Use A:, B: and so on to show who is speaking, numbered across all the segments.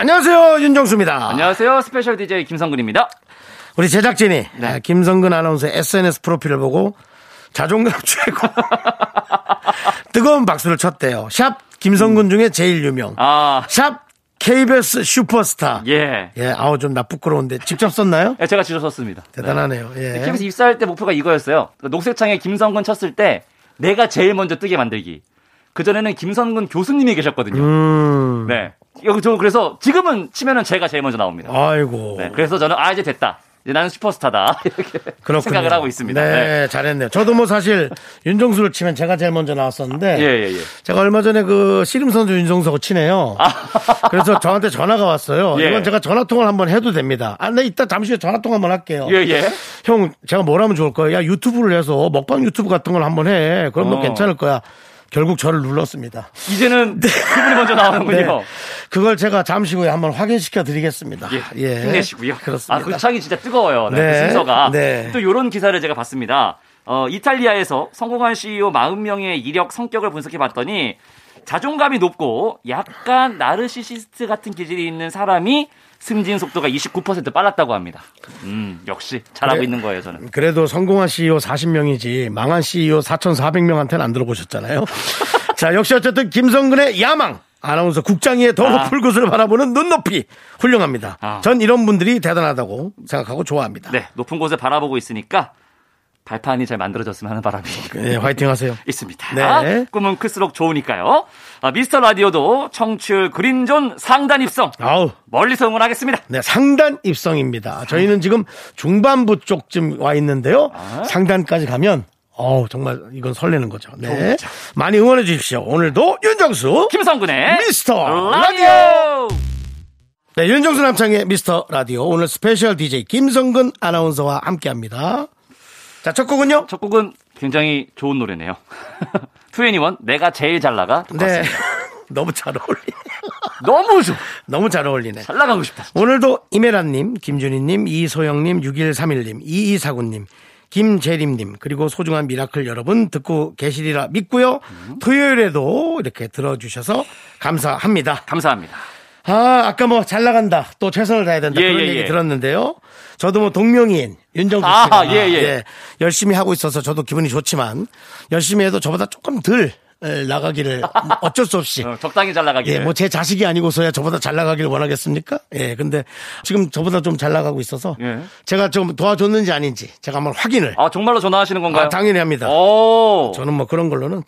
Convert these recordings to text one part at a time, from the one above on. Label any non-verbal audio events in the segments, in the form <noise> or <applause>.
A: 안녕하세요 윤정수입니다.
B: 안녕하세요. 스페셜 DJ 김성근입니다.
A: 우리 제작진이
B: 네.
A: 아, 김성근 아나운서의 SNS 프로필을 보고 자존감 <laughs> 최고 뜨거운 박수를 쳤대요. 샵 김성근 중에 제일 유명.
B: 아,
A: 샵 KBS 슈퍼스타.
B: 예.
A: 예, 아우 좀 나 부끄러운데 직접 썼나요?
B: 예, 제가 직접 썼습니다.
A: 대단하네요.
B: 네.
A: 예.
B: KBS 입사할 때 목표가 이거였어요. 그러니까 녹색창에 김성근 쳤을 때 내가 제일 먼저 뜨게 만들기. 그전에는 김성근 교수님이 계셨거든요.
A: 음.
B: 네. 여기 저 그래서 지금은 치면은 제가 제일 먼저 나옵니다.
A: 아이고.
B: 네. 그래서 저는 아, 이제 됐다. 이제 나는 슈퍼스타다. <laughs> 이렇게
A: 그렇군요.
B: 생각을 하고 있습니다.
A: 네,
B: 네.
A: 잘했네요. 저도 뭐 사실 윤정수를 치면 제가 제일 먼저 나왔었는데
B: 예, 예, 예.
A: 제가 얼마 전에 그 씨름 선수 윤정수하고 친해요. 그래서 저한테 전화가 왔어요.
B: 아. 예.
A: 이건 제가 전화 통화를 한번 해도 됩니다. 아, 네, 이따 잠시 후에 전화 통화 한번 할게요.
B: 예, 예.
A: 형, 제가 뭘 하면 좋을 거야? 야, 유튜브를 해서 먹방 유튜브 같은 걸 한번 해. 그럼 너
B: 어.
A: 괜찮을 거야. 결국 저를 눌렀습니다.
B: 이제는 그분이 먼저 나오는군요.
A: 네. 그걸 제가 잠시 후에 한번 확인시켜 드리겠습니다.
B: 예, 힘내시고요.
A: 그렇습니다.
B: 아, 그 창이 진짜 뜨거워요. 네,
A: 네.
B: 그 순서가.
A: 네.
B: 또 이런 기사를 제가 봤습니다. 어, 이탈리아에서 성공한 CEO 40명의 이력, 성격을 분석해 봤더니 자존감이 높고 약간 나르시시스트 같은 기질이 있는 사람이 승진 속도가 29% 빨랐다고 합니다. 음, 역시 잘하고
A: 네.
B: 있는 거예요, 저는.
A: 그래도 성공한 CEO 40명이지 망한 CEO 4,400명한테는 안
B: <laughs>
A: 들어보셨잖아요. 자, 역시 어쨌든 김성근의 야망. 아나운서 국장이의 더 높을 곳을 바라보는 눈높이 훌륭합니다.
B: 아.
A: 전 이런 분들이 대단하다고 생각하고 좋아합니다.
B: 네, 높은 곳에 바라보고 있으니까 발판이 잘 만들어졌으면 하는 바람이 <laughs>
A: 네, 화이팅 하세요.
B: 있습니다.
A: 네.
B: 꿈은 클수록 좋으니까요. 아, 미스터 라디오도 청취율 그린존 상단 입성
A: 아우.
B: 멀리서 응원하겠습니다.
A: 네, 상단 입성입니다. 저희는 지금 중반부 쪽쯤 와 있는데요.
B: 아.
A: 상단까지 가면 어우, 정말 이건 설레는 거죠. 네. 많이 응원해 주십시오. 오늘도 윤정수
B: 김성근의 네.
A: 미스터
B: 라디오.
A: 네, 윤정수 남창의 미스터 라디오. 오늘 스페셜 DJ 김성근 아나운서와 함께 합니다. 자, 첫 곡은요?
B: 첫 곡은 굉장히 좋은 노래네요. <laughs> 2NE1 내가 제일 잘 나가.
A: 네. <laughs> 너무 잘 어울리.
B: 너무 좋.
A: 너무 잘 어울리네.
B: 잘 나가고 싶다.
A: 오늘도 이메라님, 김준희님, 이소영님, 6131님, 2249님, 김재림님, 그리고 소중한 미라클 여러분 듣고 계시리라 믿고요. 토요일에도 이렇게 들어주셔서 감사합니다.
B: 감사합니다.
A: 아, 아까 뭐 잘 나간다. 또 최선을 다해야 된다.
B: 예,
A: 그런
B: 예,
A: 얘기
B: 예. 들었는데요.
A: 들었는데요. 저도 뭐 동명이인 윤정수
B: 아,
A: 씨가
B: 예, 예.
A: 열심히 하고 있어서 저도 기분이 좋지만 열심히 해도 저보다 조금 덜 에, 나가기를 <laughs> 어쩔 수 없이
B: 어, 적당히 잘 나가기.
A: 예, 뭐 제 자식이 아니고서야 저보다 잘 나가길 원하겠습니까? 예, 근데 지금 저보다 좀 잘 나가고 있어서
B: 예.
A: 제가 좀 도와줬는지 아닌지 제가 한번 확인을
B: 아 정말로 전화하시는 건가요? 어. 네.
A: 아, 당연히 합니다.
B: 오.
A: 저는 뭐 그런 걸로는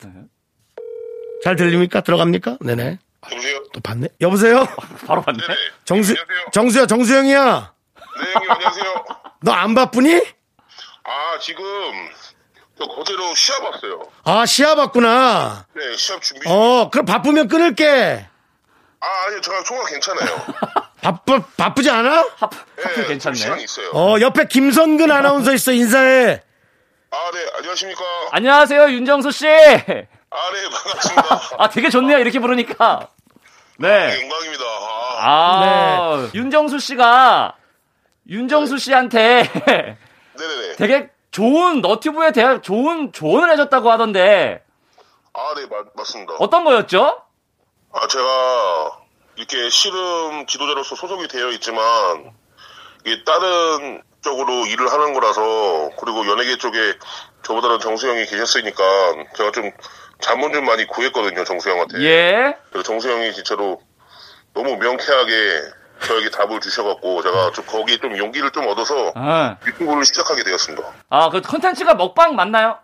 A: 잘 들립니까? 들어갑니까? 네네.
C: 여보세요?
A: 또 봤네. 여보세요?
B: 바로 봤네.
C: 네네.
A: 정수,
C: 안녕하세요.
A: 정수야, 정수영이야.
C: 네, 형님, 안녕하세요.
A: 너 안 바쁘니?
C: 아, 지금, 저 거제로 시합 왔어요.
A: 아, 시합 왔구나.
C: 네, 시합 준비. 중-
A: 어, 그럼 바쁘면 끊을게.
C: 아, 아니요, 저랑 통화 괜찮아요.
A: 바쁘, 바쁘지 않아?
B: 하프 하프
C: 네, 시간
B: 괜찮네.
C: 있어요.
A: 어, 옆에 김선근 아나운서 있어, 인사해.
C: 아, 네, 안녕하십니까.
B: 안녕하세요 윤정수 씨.
C: 아, 네, 반갑습니다.
B: 아 되게 좋네요 이렇게 부르니까. 네.
C: 네, 영광입니다. 아,
B: 아,
A: 네.
B: 윤정수 씨가 윤정수 씨한테
C: 네네네.
B: 되게 좋은 너튜브에 대한 좋은 조언을 해줬다고 하던데
C: 아, 네, 맞, 맞습니다.
B: 어떤 거였죠?
C: 아, 제가 이렇게 씨름 지도자로서 소속이 되어 있지만, 이게 다른 쪽으로 일을 하는 거라서, 그리고 연예계 쪽에 저보다는 정수 영이 계셨으니까, 제가 좀 자문 좀 많이 구했거든요, 정수 영한테
B: 예.
C: 그래서 정수영이 진짜로 너무 명쾌하게 저에게 답을 주셔갖고 제가 좀 거기에 좀 용기를 좀 얻어서
B: 아,
C: 유튜브를 시작하게 되었습니다.
B: 그 컨텐츠가 먹방 맞나요?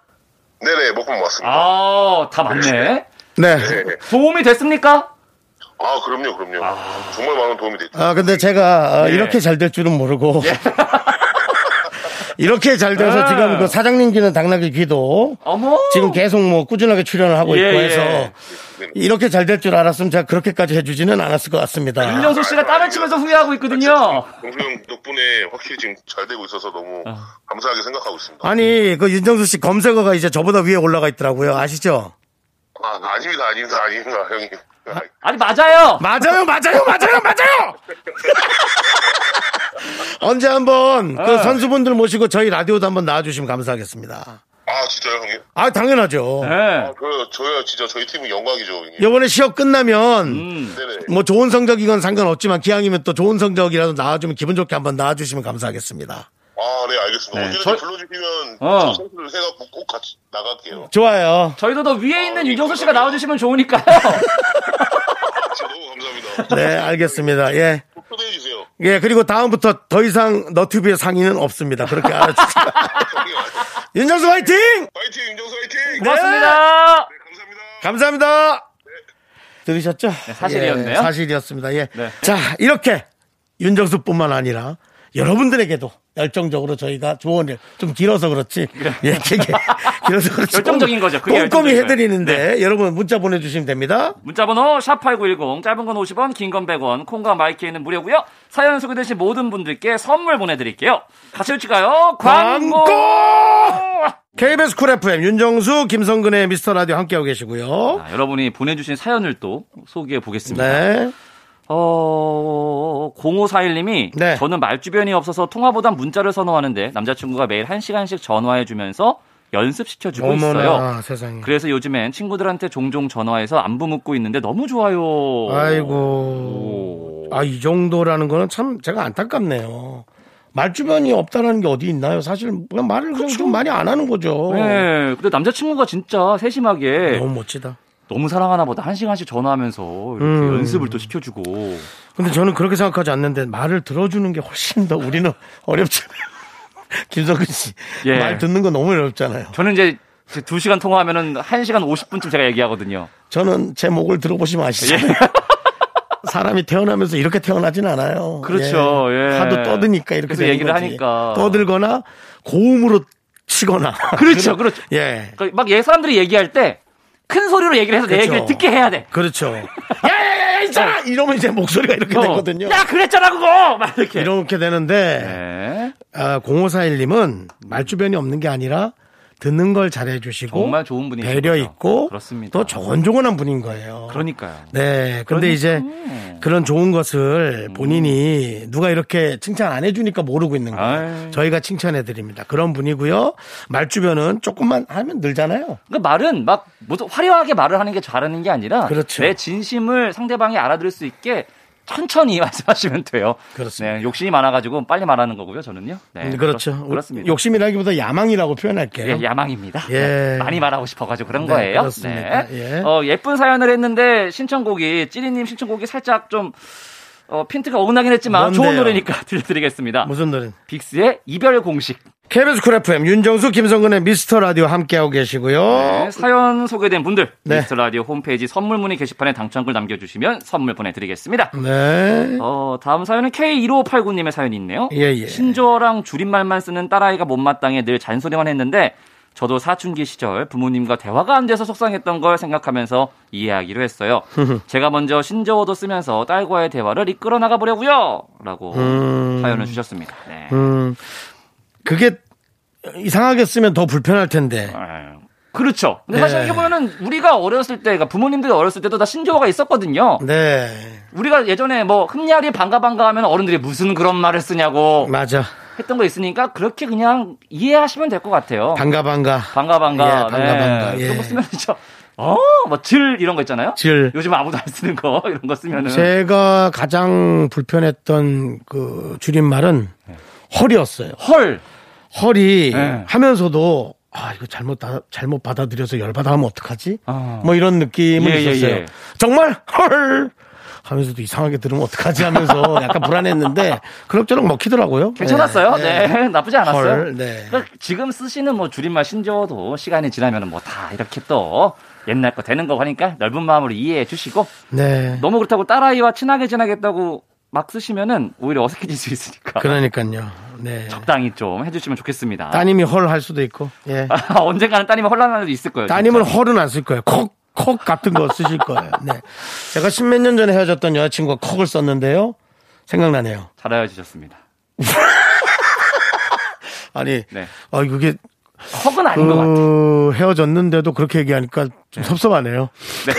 C: 네네 먹방 맞습니다. 아,
B: 아, 다 맞네.
A: 네.
B: 도움이 됐습니까?
C: 아, 그럼요 그럼요 정말 많은 도움이 됐죠.
A: 아, 근데 제가 어, <laughs>
B: 예.
A: 이렇게 잘 될 줄은 모르고. 이렇게 잘 돼서
B: 아.
A: 지금 그 사장님 귀는 당나귀 귀도
B: 어머.
A: 지금 계속 뭐 꾸준하게 출연을 하고
B: 예,
A: 있고
B: 예.
A: 해서 이렇게 잘 될 줄 알았으면 제가 그렇게까지 해주지는 않았을 것 같습니다.
B: 윤정수 씨가 땀을 치면서 후회하고 있거든요.
C: 영수 아, 형 덕분에 확실히 지금 잘 되고 있어서 너무 감사하게 생각하고 있습니다.
A: 아니 그 윤정수 씨 검색어가 이제 저보다 위에 올라가 있더라고요. 아시죠?
C: 아, 아닙니다, 아닙니다, 아닙니다, 형님. 아,
B: 아니 맞아요.
A: 맞아요, 맞아요, 맞아요, 맞아요. 언제 한번 그
B: 어.
A: 선수분들 모시고 저희 라디오도 한번 나와주시면 감사하겠습니다.
C: 아, 진짜요, 형님?
A: 아 당연하죠.
B: 예.
C: 아, 그, 저요, 진짜 저희 팀은 영광이죠, 형님.
A: 요번에 시험 끝나면
C: 네네.
A: 뭐 좋은 성적이건 상관없지만 기왕이면 또 좋은 성적이라도 나와주면 기분 좋게 한번 나와주시면 감사하겠습니다.
C: 아, 네, 알겠습니다.
B: 네,
C: 언제든지
B: 저-
C: 불러주시면
B: 어.
C: 저 선수를 해갖고 꼭 같이 나갈게요.
A: 좋아요.
B: 저희도 더 위에 있는 윤정수 씨가 나와주시면 좋으니까요.
C: 진짜 너무 감사합니다.
A: 네, 알겠습니다. 예.
C: 꼭 초대해주세요.
A: 예, 그리고 다음부터 더 이상 너튜브의 상의는 없습니다. 그렇게 알아주세요.
C: 형님,
A: 윤정수 화이팅!
C: 화이팅, 윤정수 화이팅!
B: 네. 고맙습니다.
C: 네, 감사합니다.
A: 감사합니다. 들으셨죠?
B: 사실이었네요.
A: 예, 사실이었습니다. 예.
B: 네.
A: 자, 이렇게 윤정수뿐만 아니라 여러분들에게도 열정적으로 저희가 조언을 좀 길어서 그렇지. 예,
B: <laughs>
A: 길게, 길어서 그렇지.
B: 열정적인 거죠. 그게
A: 꼼꼼히
B: 열정적인 네.
A: 해드리는데 여러분 문자 보내주시면 됩니다.
B: 문자번호 샵8910 짧은 건 50원 긴 건 100원 콩과 마이키에는 무료고요. 사연 소개되신 모든 분들께 선물 보내드릴게요. 같이 외칠까요? 광고!
A: KBS 쿨 FM 윤정수 김성근의 미스터 라디오 함께하고 계시고요.
B: 자, 여러분이 보내주신 사연을 또 소개해 보겠습니다.
A: 네.
B: 어, 0541님이
A: 네.
B: 저는 말주변이 없어서 통화보단 문자를 선호하는데 남자친구가 매일 1시간씩 전화해주면서 연습시켜주고 있어요.
A: 어머나 세상에.
B: 그래서 요즘엔 친구들한테 종종 전화해서 안부 묻고 있는데 너무 좋아요.
A: 아이고. 아, 이 정도라는 거는 참 제가 안타깝네요. 말주변이 없다는 게 어디 있나요? 사실 그냥 말을 그냥 좀 많이 안 하는 거죠.
B: 네, 근데 남자친구가 진짜 세심하게
A: 너무 멋지다.
B: 너무 사랑하나 보다 한 시간씩 전화하면서 이렇게
A: 음.
B: 연습을 또 시켜주고
A: 근데 저는 그렇게 생각하지 않는데 말을 들어주는 게 훨씬 더 우리는 <laughs> 어렵잖아요. 김성근 씨.
B: 예.
A: 말 듣는 거 너무 어렵잖아요.
B: 저는 이제 두시간 통화하면은 1시간 50분쯤 제가 얘기하거든요.
A: 저는 제 목을 들어보시면
B: 예.
A: 아시잖아요. <laughs> 사람이 태어나면서 이렇게 태어나진 않아요.
B: 그렇죠. 예.
A: 하도 떠드니까 이렇게
B: 그래서
A: 되는
B: 얘기를
A: 거지.
B: 하니까.
A: 떠들거나 고음으로 치거나.
B: <laughs> 그렇죠, 그렇죠.
A: <laughs> 예.
B: 그러니까 막 예, 사람들이 얘기할 때 큰 소리로 얘기를 해서 내
A: 그렇죠.
B: 얘기를 듣게 해야 돼.
A: 그렇죠. 야야야야 있잖아. 이러면 이제 목소리가 이렇게
B: 어.
A: 되거든요.
B: 야, 그랬잖아, 그거! 막 이렇게.
A: 이렇게 되는데
B: 네.
A: 아, 0541님은 말주변이 없는 게 아니라 듣는 걸 잘해주시고
B: 정말 좋은 분이시구나.
A: 배려 있고
B: 그렇습니다.
A: 또 조곤조곤한 분인 거예요.
B: 그러니까요.
A: 네. 근데 이제
B: 그러니까.
A: 그런 좋은
B: 음.
A: 것을 본인이 누가 이렇게 칭찬 안 해주니까 모르고 있는 거예요.
B: 아이. 저희-
A: 저희가 칭찬해 드립니다. 그런 분이고요. 말주변은 조금만 하면 늘잖아요.
B: 그러니까 말은 막 모두 화려하게 말을 하는 게 잘하는 게 아니라
A: 그렇죠.
B: 내 진심을 상대방이 알아들을 수 있게 천천히 <laughs> 말씀하시면 돼요.
A: 그렇습니다.
B: 네, 욕심이 많아가지고 빨리 말하는 거고요, 저는요. 네,
A: 음, 그렇죠.
B: 그렇- 그렇습니다.
A: 욕심이라기보다 야망이라고 표현할게요.
B: 예, 야망입니다.
A: 예.
B: 네, 많이 말하고 싶어가지고 그런
A: 네,
B: 거예요.
A: 그렇습니다. 예.
B: 어, 예쁜 사연을 했는데 신청곡이 찌리님 신청곡이 살짝 좀 어, 핀트가 어긋나긴 했지만
A: 뭔데요? 뭐-
B: 좋은 노래니까 <laughs> 들려드리겠습니다.
A: 무슨 노래?
B: 빅스의 이별 공식.
A: KBS 쿨 FM 윤정수 김성근의 미스터 라디오 함께하고 계시고요.
B: 네, 사연 소개된 분들
A: 네.
B: 미스터 라디오 홈페이지 선물 문의 게시판에 당첨글 남겨주시면 선물 보내드리겠습니다.
A: 네.
B: 어, 다음 사연은 K1589님의 사연이 있네요.
A: 예, 예.
B: 신조어랑 줄임말만 쓰는 딸아이가 못마땅해 늘 잔소리만 했는데 저도 사춘기 시절 부모님과 대화가 안 돼서 속상했던 걸 생각하면서
A: <laughs>
B: 이해하기로 했어요. 제가 먼저 신조어도 쓰면서 딸과의 대화를 이끌어 나가 보려고요. 라고 사연을 주셨습니다. 네.
A: 음, 그게 이상하게 쓰면 더 불편할 텐데.
B: 아유, 그렇죠. 근데
A: 네.
B: 사실 이렇게 보면은 우리가 어렸을 때, 그러니까 부모님들이 어렸을 때도 다 신조어가 있었거든요.
A: 네.
B: 우리가 예전에 뭐 흠야리 반가 반가 하면 어른들이 무슨 그런 말을 쓰냐고
A: 맞아.
B: 했던 거 있으니까 그렇게 그냥 이해하시면 될 것 같아요.
A: 반가, 반가.
B: 반가 반가.
A: 예, 반가, 반가. 예.
B: 그거 쓰면 진짜 어, 뭐 질 이런 거 있잖아요.
A: 질.
B: 요즘 아무도 안 쓰는 거 <laughs> 이런 거 쓰면은
A: 제가 가장 불편했던 그 줄임말은 헐이었어요.
B: 헐.
A: 헐이
B: 네.
A: 하면서도 아, 이거 잘못, 다- 잘못 받아들여서 열받아하면 어떡하지?
B: 아.
A: 뭐 이런 느낌은
B: 예, 예,
A: 있었어요.
B: 예.
A: 정말 헐! 하면서도 이상하게 들으면 어떡하지
B: <laughs>
A: 하면서 약간 불안했는데 그럭저럭 먹히더라고요.
B: 괜찮았어요.
A: 예,
B: 네. <laughs>
A: 예.
B: 나쁘지 않았어요.
A: 헐, 네.
B: 그러니까 지금 쓰시는 뭐 줄임말 신조어도 시간이 지나면은 뭐 다 이렇게 또 옛날 거 되는 거 하니까 넓은 마음으로 이해해 주시고
A: 네.
B: 너무 그렇다고 딸아이와 친하게 지내겠다고 막 쓰시면은 오히려 어색해질 수 있으니까
A: 그러니까요. 네.
B: 적당히 좀 해주시면 좋겠습니다.
A: 따님이 헐 할 수도 있고. 예.
B: <laughs> 아, 언젠가는 따님이 혼란할 수도 있을 거예요.
A: 따님은
B: 진짜.
A: 헐은 안 쓸 거예요. 콕, 콕 같은 거 쓰실 거예요. <laughs> 네. 제가 십몇 년 전에 헤어졌던 여자친구가 콕을 썼는데요. 생각나네요.
B: 잘 알려주셨습니다.
A: 아니,
B: 네.
A: 아, 그게,
B: 턱은 아닌 것 같아요.
A: 그, 헤어졌는데도 그렇게 얘기하니까 좀 섭섭하네요.
B: 네.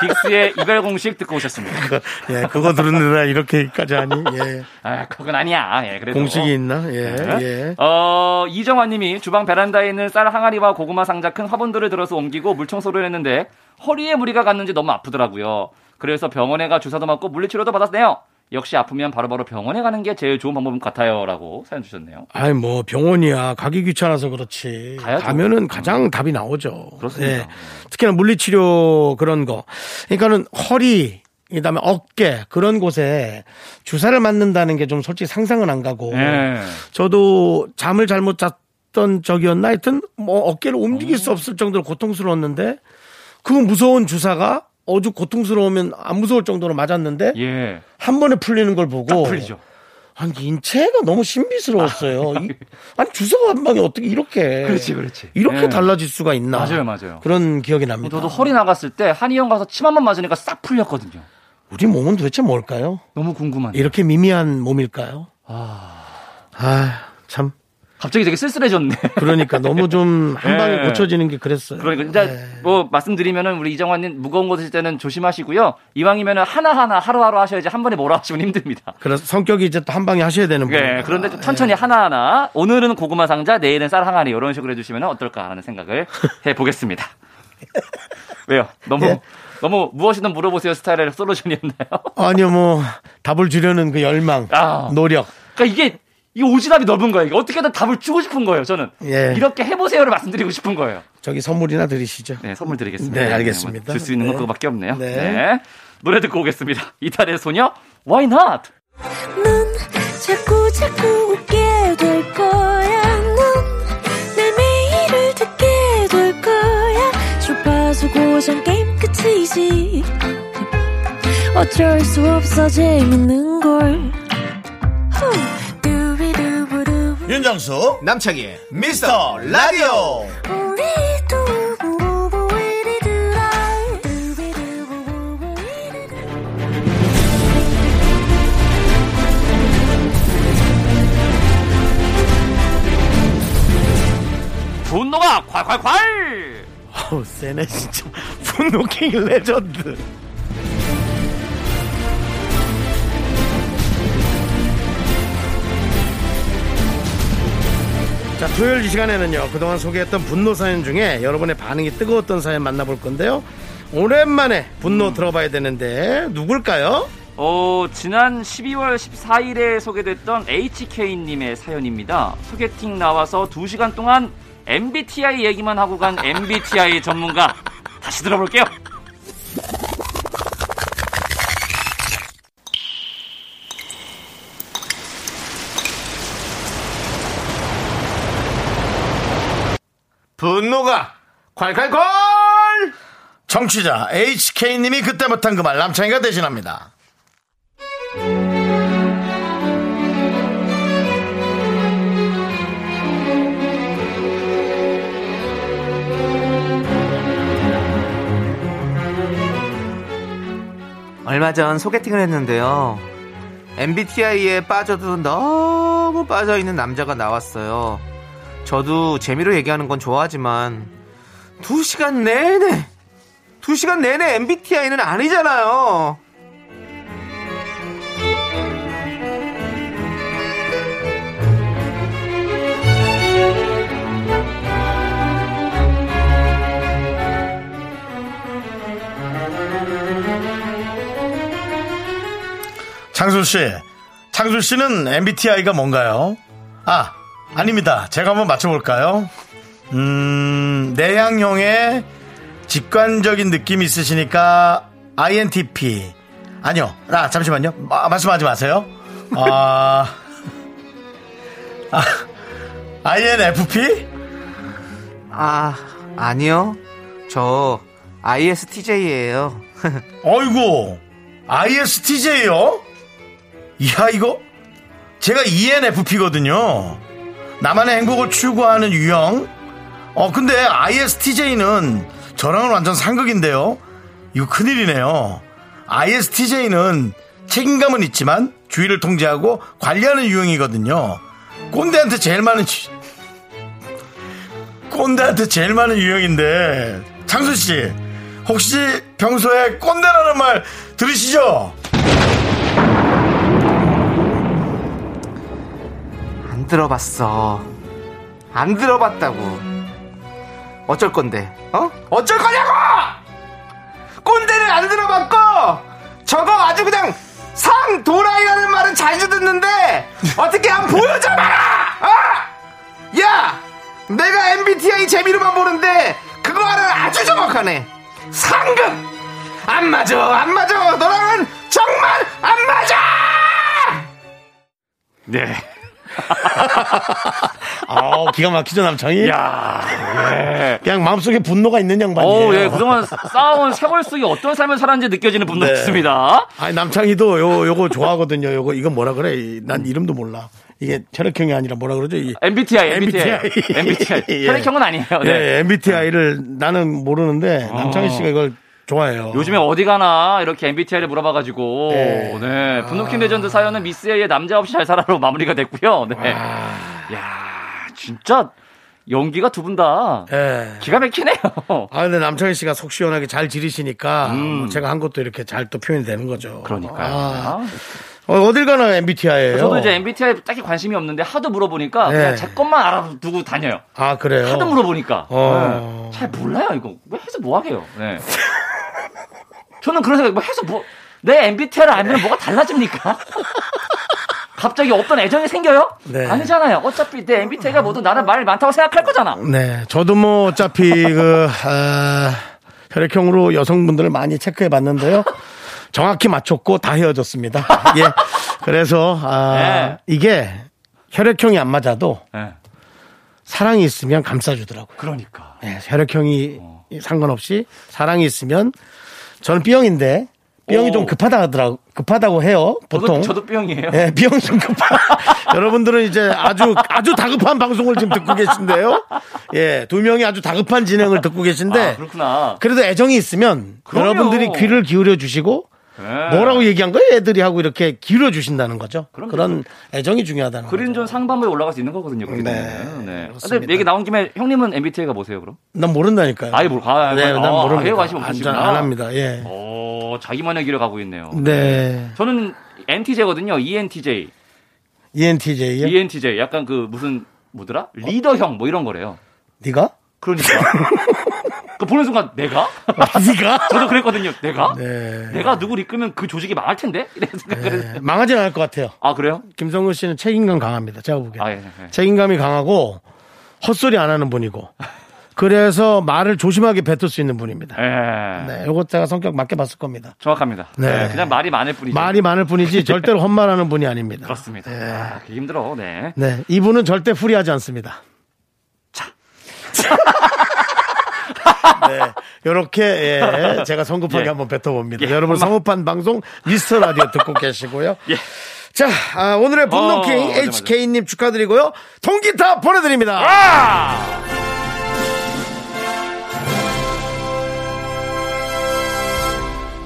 B: 빅스의 이별 공식 듣고 오셨습니다.
A: 예, 그거 들으느라 이렇게까지 하니,
B: <laughs>
A: 예.
B: 아, 그건 아니야. 예, 그래도.
A: 공식이 있나? 예,
B: 네.
A: 예.
B: 어, 이정환 님이 주방 베란다에 있는 쌀 항아리와 고구마 상자 큰 화분들을 들어서 옮기고 물청소를 했는데 허리에 무리가 갔는지 너무 아프더라고요. 그래서 병원에 가 주사도 맞고 물리치료도 받았네요. 역시 아프면 바로바로 병원에 가는 게 제일 좋은 방법 같아요. 라고 사연 주셨네요.
A: 아이, 뭐, 병원이야. 가기 귀찮아서 그렇지.
B: 가야죠.
A: 가면은 가장 답이 나오죠. 예.
B: 그렇습니다.
A: 특히나 물리치료 그런 거. 그러니까는 허리, 그 다음에 어깨, 그런 곳에 주사를 맞는다는 게 좀 솔직히 상상은 안 가고.
B: 예.
A: 저도 잠을 잘못 잤던 적이었나 하여튼 뭐 어깨를 움직일 수 없을 정도로 고통스러웠는데 그 무서운 주사가 어죽 고통스러우면 안 무서울 정도로 맞았는데
B: 예.
A: 한 번에 풀리는 걸 보고
B: 풀리죠.
A: 아니 인체가 너무 신비스러웠어요. 이- 아니 주사가 한 방에 어떻게 이렇게
B: 그렇지, 그렇지.
A: 이렇게
B: 예.
A: 달라질 그러니까. 수가 있나?
B: 맞아요, 맞아요.
A: 그런 기억이 납니다.
B: 저도 허리 나갔을 때 한의원 가서 치마만 맞으니까 싹 풀렸거든요.
A: 우리 몸은 도대체 뭘까요?
B: 너무 궁금한데.
A: 이렇게 미미한 몸일까요? 아 참.
B: 갑자기 되게 쓸쓸해졌네. <laughs>
A: 그러니까 너무 좀 한 방에
B: 예.
A: 고쳐지는 게 그랬어요. 예.
B: 그러니까 진짜
A: 네.
B: 뭐 말씀드리면은 우리 이정환님 무거운 거 드실 때는 조심하시고요. 이왕이면은 하나 하나 하루하루 하셔야지 한 번에 몰아 하시면 <laughs> 힘듭니다.
A: 그래서 성격이 이제 또 한 방에 하셔야 되는 분.
B: 예, 그런데 좀 천천히 하나하나 오늘은 고구마 상자, 내일은 쌀 항아리 이런 식으로 해주시면 어떨까 하는 생각을 해보겠습니다. 왜요? 너무
A: 예.
B: 너무 무엇이든 물어보세요 스타일의 솔루션이었나요? <laughs>
A: 아니요, 뭐 답을 주려는 그 열망,
B: 아.
A: 노력.
B: 그러니까 이게 이 오지랖이 넓은 거예요. 이게 어떻게든 답을 주고 싶은 거예요. 저는
A: 예.
B: 이렇게 해보세요를 말씀드리고 싶은 거예요.
A: 저기 선물이나 드리시죠.
B: 네, 선물 드리겠습니다.
A: 네, 알겠습니다.
B: 줄 수 있는 건
A: 네.
B: 그거밖에 없네요.
A: 네.
B: 네. 노래 듣고 오겠습니다. 이탈의 소녀, why not?
D: 넌 자꾸 자꾸 웃게 될 거야. 넌내 매일을 듣게 될 거야. 주파수 고정 게임 끝이지. 어쩔 수 없어 재밌는 걸. 후. 두비두부두.
E: 윤정수 남창희 미스터 라디오
D: 우리 두부부부 우리들아. 두비두부부부 우리들아.
B: 분노가 콸콸콸!
A: 어우, 세네 진짜. 분노킹 레전드. 자, 토요일 이 시간에는요, 그동안 소개했던 분노 사연 중에 여러분의 반응이 뜨거웠던 사연 만나볼 건데요. 오랜만에 분노 들어봐야 되는데, 누굴까요?
B: 어, 지난 12월 14일에 소개됐던 HK님의 사연입니다. 소개팅 나와서 2시간 동안 MBTI 얘기만 하고 간 MBTI 전문가. 다시 들어볼게요.
E: 분노가 콸콸콸
A: 정취자 HK님이 그때 못한 그 말 남창희가 대신합니다.
F: 얼마 전 소개팅을 했는데요. MBTI에 빠져도 너무 빠져있는 남자가 나왔어요. 저도 재미로 얘기하는 건 좋아하지만, 두 시간 내내, 두 시간 내내 MBTI는 아니잖아요.
A: 창술 씨, 창술 씨는 MBTI가 뭔가요? 아, 아닙니다. 제가 한번 맞춰볼까요? 음, 내향형의 직관적인 느낌이 있으시니까 INTP. 아니요, 아, 잠시만요. 마- 말씀하지 마세요. 아, 아, INFP?
F: 아, 아니요. 저, ISTJ예요. <laughs>
A: 어이구, ISTJ요? 이야 이거 제가 E ENFP거든요. 나만의 행복을 추구하는 유형. 어 근데 ISTJ는 저랑은 완전 상극인데요. 이거 큰일이네요. ISTJ는 책임감은 있지만 주의를 통제하고 관리하는 유형이거든요. 꼰대한테 제일 많은 지- 꼰대한테 제일 많은 유형인데 창수 씨 혹시 평소에 꼰대라는 말 들으시죠?
F: 안 들어봤어. 안 들어봤다고. 어쩔 건데? 어? 어쩔 거냐고! 꼰대를 안 들어봤고 저거 아주 그냥 상도라이라는 말은 자주 듣는데 어떻게 한 보여줘봐라! 어? 야! 내가 MBTI 재미로만 보는데 그거 하나 아주 정확하네. 상급! 안 맞아, 안 맞아. 너랑은 정말 안 맞아!
B: 네.
A: 아 기가 막히죠 남창이. 그냥 마음속에 분노가 있는 양반이에요.
B: 오, 예, 그동안 쌓아온 세월 속에 어떤 삶을 살았는지 느껴지는 분도
A: 네.
B: 있습니다.
A: 아니 남창이도 요 요거 좋아하거든요. 요거 이건 뭐라 그래? 이- 난 이름도 몰라. 이게 혈액형이 아니라 뭐라 그러죠? 이
B: MBTI, MBTI,
A: MBTI.
B: MBTI.
A: <laughs> 예.
B: 혈액형은 아니에요. 네.
A: 예, MBTI를 나는 모르는데 남창희 씨가 이걸 좋아해요.
B: 요즘에 어디 가나 이렇게 MBTI를 물어봐가지고
A: 네.
B: 네, 분노킹 레전드 사연은 미스에의 남자 없이 잘 살아로 마무리가 됐고요. 네, 야 진짜 연기가 두 분 다
A: 예.
B: 기가 막히네요.
A: 아 근데 남창희 씨가 속 시원하게 잘 지르시니까 뭐 제가 한 것도 이렇게 잘 또 표현이 되는 거죠.
B: 음. 그러니까요.
A: 아. 어, 어딜 가나 MBTI예요.
B: 저도 이제 MBTI 에 딱히 관심이 없는데 하도 물어보니까
A: 네.
B: 그냥 제 것만 알아두고 다녀요.
A: 아 그래요.
B: 하도 네. 물어보니까
A: 어.
B: 네. 잘 몰라요 이거 왜 해서 뭐 하게요? 네. 저는 그런 생각 뭐 해서 뭐 내 MBTI를 알면 뭐가 달라집니까? <laughs> 갑자기 어떤 애정이 생겨요?
A: 네.
B: 아니잖아요. 어차피 내 MBTI가 뭐든 나는 말 많다고 생각할 거잖아.
A: 네, 저도 뭐 어차피 그 아, 혈액형으로 여성분들을 많이 체크해 봤는데요. 정확히 맞췄고 다 헤어졌습니다. 예, 그래서 아, 이게 혈액형이 안 맞아도
B: 네.
A: 사랑이 있으면 감싸주더라고요.
B: 그러니까.
A: 예, 혈액형이 상관없이 사랑이 있으면 저는 B형인데 B형이
B: 오.
A: 좀 급하다 하더라고 급하다고 해요. 보통
B: 저도, 저도 B형이에요.
A: 예, 비용 좀 급한. <laughs> 여러분들은 이제 아주, 아주 다급한 방송을 지금 듣고 계신데요. 예, 두 명이 아주 다급한 진행을 듣고
B: 아,
A: 계신데.
B: 그렇구나.
A: 그래도 애정이 있으면
B: 그럼요.
A: 여러분들이 귀를 기울여 주시고
B: 네.
A: 뭐라고 얘기한 거예요? 애들이 하고 이렇게 기울여 주신다는 거죠.
B: 그럼요.
A: 그런 애정이 중요하다는 거죠.
B: 그린존 상반부에 올라갈 수 있는 거거든요. 그게
A: 네,
B: 네.
A: 그렇습니다.
B: 근데 얘기 나온 김에 형님은 MBTI가 뭐세요, 그럼?
A: 난 모른다니까요.
B: 아예 모르- 아,
A: 네, 난
B: 아,
A: 모릅니다.
B: 아예 관심
A: 안-
B: 없으시구나. 어.
A: 안 합니다. 예.
B: 오, 자기만의 길을 가고 있네요.
A: 네.
B: 저는 NTJ거든요. E ENTJ.
A: E
B: E
A: ENTJ요?
B: ENTJ 약간 그 무슨 뭐더라 리더형 뭐 이런 거래요.
A: 네가? <laughs>
B: 그러니까 그 보는 순간 내가
A: 아, 네가?
B: 저도 그랬거든요. 내가
A: 네.
B: 내가 누굴 이끄면 그 조직이 망할 텐데 이런 생각을 했어요.
A: 네. 망하진 않을 것 같아요.
B: 아 그래요?
A: 김성근 씨는 책임감 강합니다. 제가 보기에.
B: 아 예. 예.
A: 책임감이 강하고 헛소리 안 하는 분이고 그래서 말을 조심하게 뱉을 수 있는 분입니다.
B: 예.
A: 네, 이것 제가 성격 맞게 봤을 겁니다.
B: 정확합니다.
A: 네.
B: 네, 그냥 말이 많을 뿐이죠.
A: 말이 많을 네. 뿐이지 절대로 헛말하는 분이 아닙니다.
B: 그렇습니다. 아, 그게 힘들어. 네.
A: 네, 이분은 절대 후리하지 않습니다. 자. <laughs> 네, 요렇게, 예, 제가 성급하게
B: 예.
A: 한번 뱉어봅니다.
B: 예.
A: 여러분 성급한 방송 미스터 라디오 듣고
B: <laughs>
A: 계시고요.
B: 예.
A: 자, 아, 오늘의 분노킹
B: 어, 맞아, 맞아.
A: HK님 축하드리고요. 통기타 보내드립니다.
B: 아!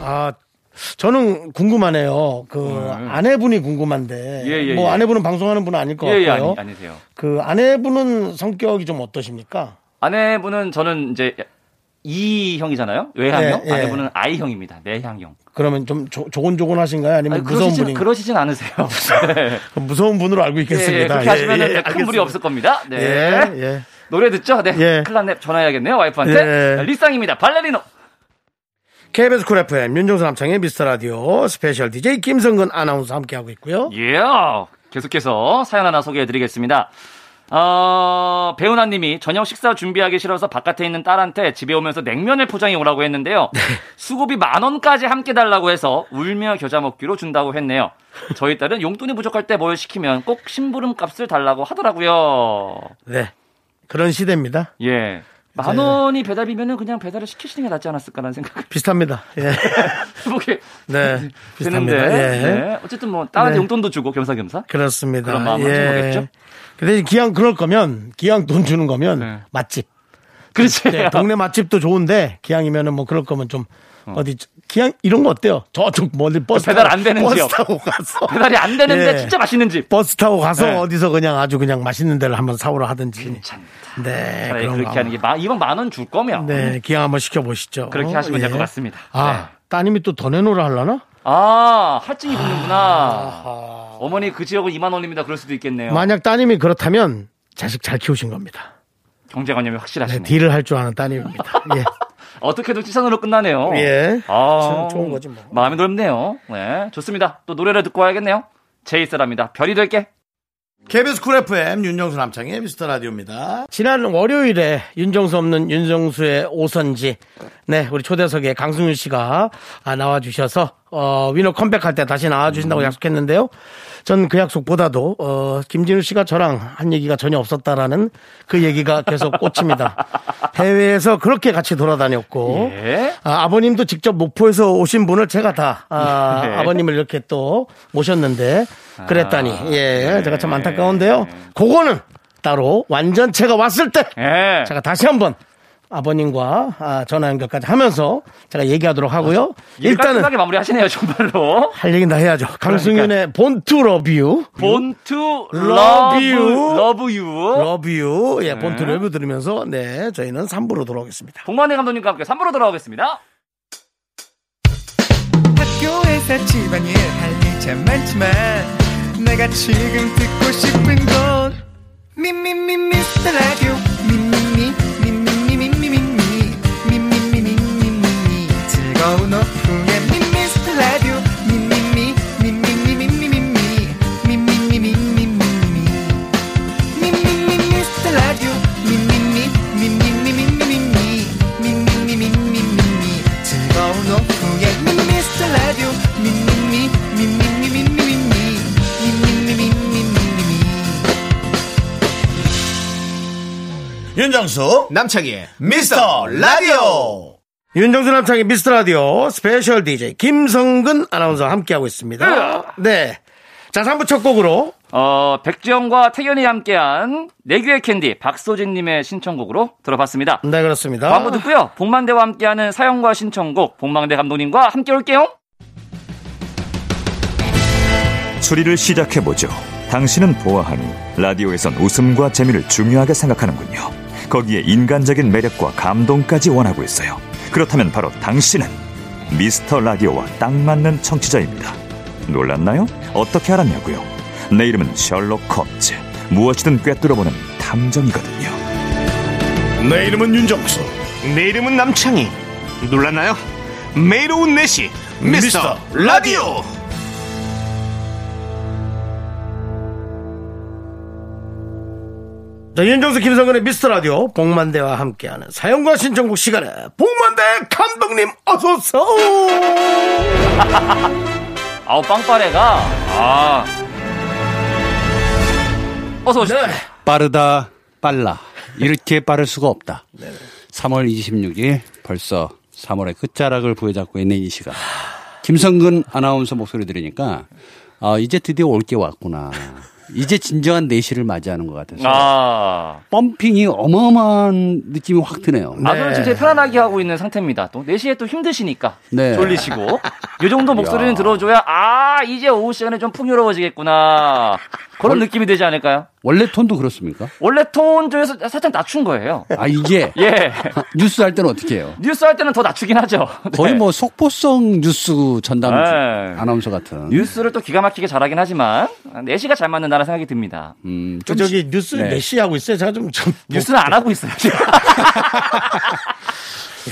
A: 아, 저는 궁금하네요. 그 아내분이 궁금한데
B: 음. 예, 예,
A: 뭐
B: 예.
A: 아내분은 방송하는 분은 아닐 것
B: 예, 예,
A: 같고요.
B: 아니, 아니세요.
A: 그 아내분은 성격이 좀 어떠십니까?
B: 아내분은 저는 이제 E 형이잖아요. 외향형.
A: 예, 예.
B: 아내분은 I 형입니다. 내향형.
A: 그러면 좀 조, 조곤조곤하신가요? 아니면
B: 아니,
A: 음, 무서운
B: 그러시진,
A: 분이
B: 그러시진 않으세요. 네.
A: 무서운 분으로 <laughs> 알고
B: 예, 예,
A: 있겠습니다.
B: 그렇게 하시면
A: 예,
B: 큰 무리
A: 알겠습니다.
B: 없을 겁니다. 네.
A: 예, 예.
B: 노래 듣죠? 네.
A: 예.
B: 클라넷 전화해야겠네요, 와이프한테.
A: 예.
B: 리쌍입니다. 발레리노.
A: KBS 쿨 FM 윤종수 남창의 미스터 라디오 스페셜 DJ 김성근 아나운서 함께 하고 있고요.
B: 예. 계속해서 사연 하나 소개해드리겠습니다. 어, 배우나님이 저녁 식사 준비하기 싫어서 바깥에 있는 딸한테 집에 오면서 냉면을 포장해 오라고 했는데요.
A: 네.
B: 수고비 만 원까지 함께 달라고 해서 울며 겨자 먹기로 준다고 했네요. 저희 딸은 용돈이 부족할 때 뭘 시키면 꼭 심부름 값을 달라고 하더라고요.
A: 네. 그런 시대입니다.
B: 예. 만 원이 배달비면은 그냥 배달을 시키시는 게 낫지 않았을까라는 생각을
A: 비슷합니다.
B: <laughs>
A: 예.
B: 해보게
A: 네.
B: 되는데.
A: 비슷합니다. 예.
B: 네. 어쨌든 뭐 다른 테
A: 네.
B: 용돈도 주고 겸사겸사.
A: 그렇습니다.
B: 그런 마음 하신 거겠죠?
A: 근데 기왕 그럴 거면 기왕 돈 주는 거면
B: 네.
A: 맛집.
B: 그렇지.
A: 네, 동네 맛집도 좋은데 기왕이면은 뭐 그럴 거면 좀 어. 디 기왕 이런 거 어때요? 저쪽 멀리 버스
B: 배달
A: 타고-
B: 안 되는
A: 버스
B: 지역.
A: 타고 가서
B: <laughs> 배달이 안 되는데
A: 예.
B: 진짜 맛있는 집.
A: 버스 타고 가서
B: 네.
A: 어디서 그냥 아주 그냥 맛있는 데를 한번 사오라 하든지.
B: 괜찮다.
A: 네,
B: 차라리
A: 그런
B: 그렇게
A: 거
B: 하는 게 마- 이건 만 원 줄 거면
A: 네, 기왕 한번 시켜보시죠.
B: 그렇게 하시면
A: 예.
B: 될 것 같습니다. 네.
A: 아, 따님이 또 더 내놓으라 하려나?
B: 아, 할증이 붙는구나. 어머니 그 지역은 2만 원입니다. 그럴 수도 있겠네요.
A: 만약 따님이 그렇다면 자식 잘 키우신 겁니다.
B: 경제관념이
A: 네,
B: 확실하시네요.
A: 딜을 할 줄 아는
B: <laughs>
A: 따님입니다. 예.
B: 어떻게든 찌산으로 끝나네요.
A: 예.
B: 아,
A: 참 좋은 거지 뭐.
B: 마음이 넓네요. 네, 좋습니다. 또 노래를 듣고 와야겠네요. 제이스랍니다. 별이 될게.
E: KBS 쿨 FM 윤정수 남창의 미스터 라디오입니다.
A: 지난 월요일에 윤정수 없는 윤정수의 오선지. 네, 우리 초대석에 강승윤 씨가 아, 나와주셔서, 어, 위너 컴백할 때 다시
E: 음.
A: 나와주신다고 약속했는데요. 전 그 약속보다도, 어, 김진우 씨가 저랑 한 얘기가 전혀 없었다라는 그 얘기가 계속
E: <laughs>
A: 꽂힙니다. 해외에서 그렇게 같이 돌아다녔고,
B: 예.
A: 아, 아버님도 직접 목포에서 오신 분을 제가 다 아,
B: 네.
A: 버님을 이렇게 또 모셨는데 그랬다니 예 제가 참 안타까운데요. 그거는 따로 완전체가 왔을 때
B: 예.
A: 제가 다시 한번 아버님과 아, 전화 연결까지 하면서 제가 얘기하도록 하고요. 일단은 그러니까.
B: 일단은 마무리하시네요. 정말로.
A: 할 얘기는 다 해야죠. 강승윤의 본투 러뷰
B: 본투
A: Love
B: 러브
A: you.
B: 러브
A: 어?
B: 유.
A: 러뷰 예 본투 러뷰 들으면서 네 저희는 3부로 돌아오겠습니다.
B: 복만의 감독님과 함께 3부로 돌아오겠습니다.
G: 학교에서 집안일 할 일 참 많지만 내가 지금 듣고 싶은 건 미미미 미스터 라디오 미미미 미미미 미미미 미미미 미미미 즐거운 오후에 미스터 라디오 미미미 미미미 미미미 미미미 미미미
E: 윤정수 남창의 미스터 라디오.
A: 윤정수 남창의 미스터 라디오 스페셜 DJ 김성근 아나운서와 함께하고 있습니다. 네. 자, 3부 첫 곡으로
B: 어, 백지영과 태연이 함께한 내규의 캔디 박소진님의 신청곡으로 들어봤습니다.
A: 네, 그렇습니다.
B: 광고 듣고요. 복만대와 함께하는 사연과 신청곡 복만대 감독님과 함께 올게요.
H: 추리를 시작해보죠. 당신은 보아하니 라디오에선 웃음과 재미를 중요하게 생각하는군요. 거기에 인간적인 매력과 감동까지 원하고 있어요. 그렇다면 바로 당신은 미스터 라디오와 딱 맞는 청취자입니다. 놀랐나요? 어떻게 알았냐고요? 내 이름은 셜록 홈즈. 무엇이든 꿰뚫어보는 탐정이거든요.
E: 내 이름은 윤정수. 내 이름은 남창희. 놀랐나요? 매일 오후 4시 미스터 라디오.
A: 자, 윤정수 김성근의 미스터 라디오 복만대와 함께하는 사연과 신청곡 시간에 복만대 감독님 어서 오세요.
B: 아우 빵빠레가 아 어서 오십시오.
I: 빠르다 빨라 이렇게 빠를 수가 없다. 3월 26일 벌써 3월의 끝자락을 부여잡고 있는 이 시간. 김성근 아나운서 목소리 들으니까 아, 이제 드디어 올 게 왔구나. 이제 진정한 4시를 맞이하는 것 같아서
B: 아,
I: 펌핑이 어마어마한 느낌이 확 드네요.
B: 아들 지금 되게 편안하게 하고 있는 상태입니다. 또 4시에 또 힘드시니까
I: 네. <laughs>
B: 졸리시고 요 정도 목소리는
I: 이야.
B: 들어줘야 아 이제 오후 시간에 좀 풍요로워지겠구나 그런 느낌이 되지 않을까요?
I: 원래 톤도 그렇습니까?
B: 원래 톤 중에서 살짝 낮춘 거예요.
I: 아 이게
B: 예.
I: 뉴스 할 때는 어떻게 해요?
B: 뉴스 할 때는 더 낮추긴 하죠.
A: <laughs>
B: 네.
I: 거의 뭐 속보성 뉴스 전담
B: 네.
I: 아나운서 같은.
B: 뉴스를 또 기가 막히게 잘하긴 하지만 4시가 잘 맞는다는 생각이 듭니다.
I: 음,
A: 저, 저기 뉴스
I: 네.
A: 몇 시 하고 있어요? 제가 좀, 좀
B: 뉴스는 안 하고 있어요. 지금.
A: 아.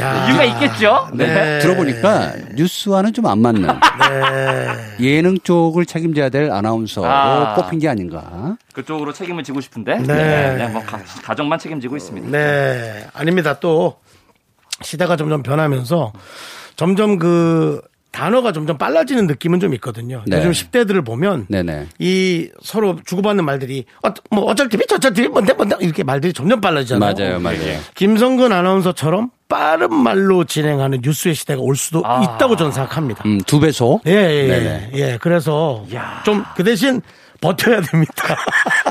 A: 야.
B: 이유가 있겠죠?
I: 네. 들어보니까 뉴스와는 좀 안
A: <laughs>
I: 맞는
A: 네.
I: 예능 쪽을 책임져야 될 아나운서로
B: 아.
I: 뽑힌 게 아닌가.
B: 그쪽으로 책임을 지고 싶은데
A: 네.
B: 네, 뭐 가, 정만 책임지고 있습니다.
A: 네, 아닙니다. 또 시대가 점점 변하면서 점점 그 단어가 점점 빨라지는 느낌은 좀 있거든요.
I: 네.
A: 요즘 10대들을 보면
I: 네네.
A: 이 서로 주고받는 말들이 어, 뭐 어쩔 TV 저쩔 TV 뭔데 뭔데 이렇게 말들이 점점 빨라지잖아요.
I: 맞아요,
A: 네.
I: 맞아요.
A: 김성근 아나운서처럼 빠른 말로 진행하는 뉴스의 시대가 올 수도
B: 아.
A: 있다고 저는 생각합니다.
I: 음, 두 배속.
A: 예, 예,
I: 네네.
A: 예, 예. 그래서 좀 그 대신 버텨야
B: <laughs>
A: 됩니다.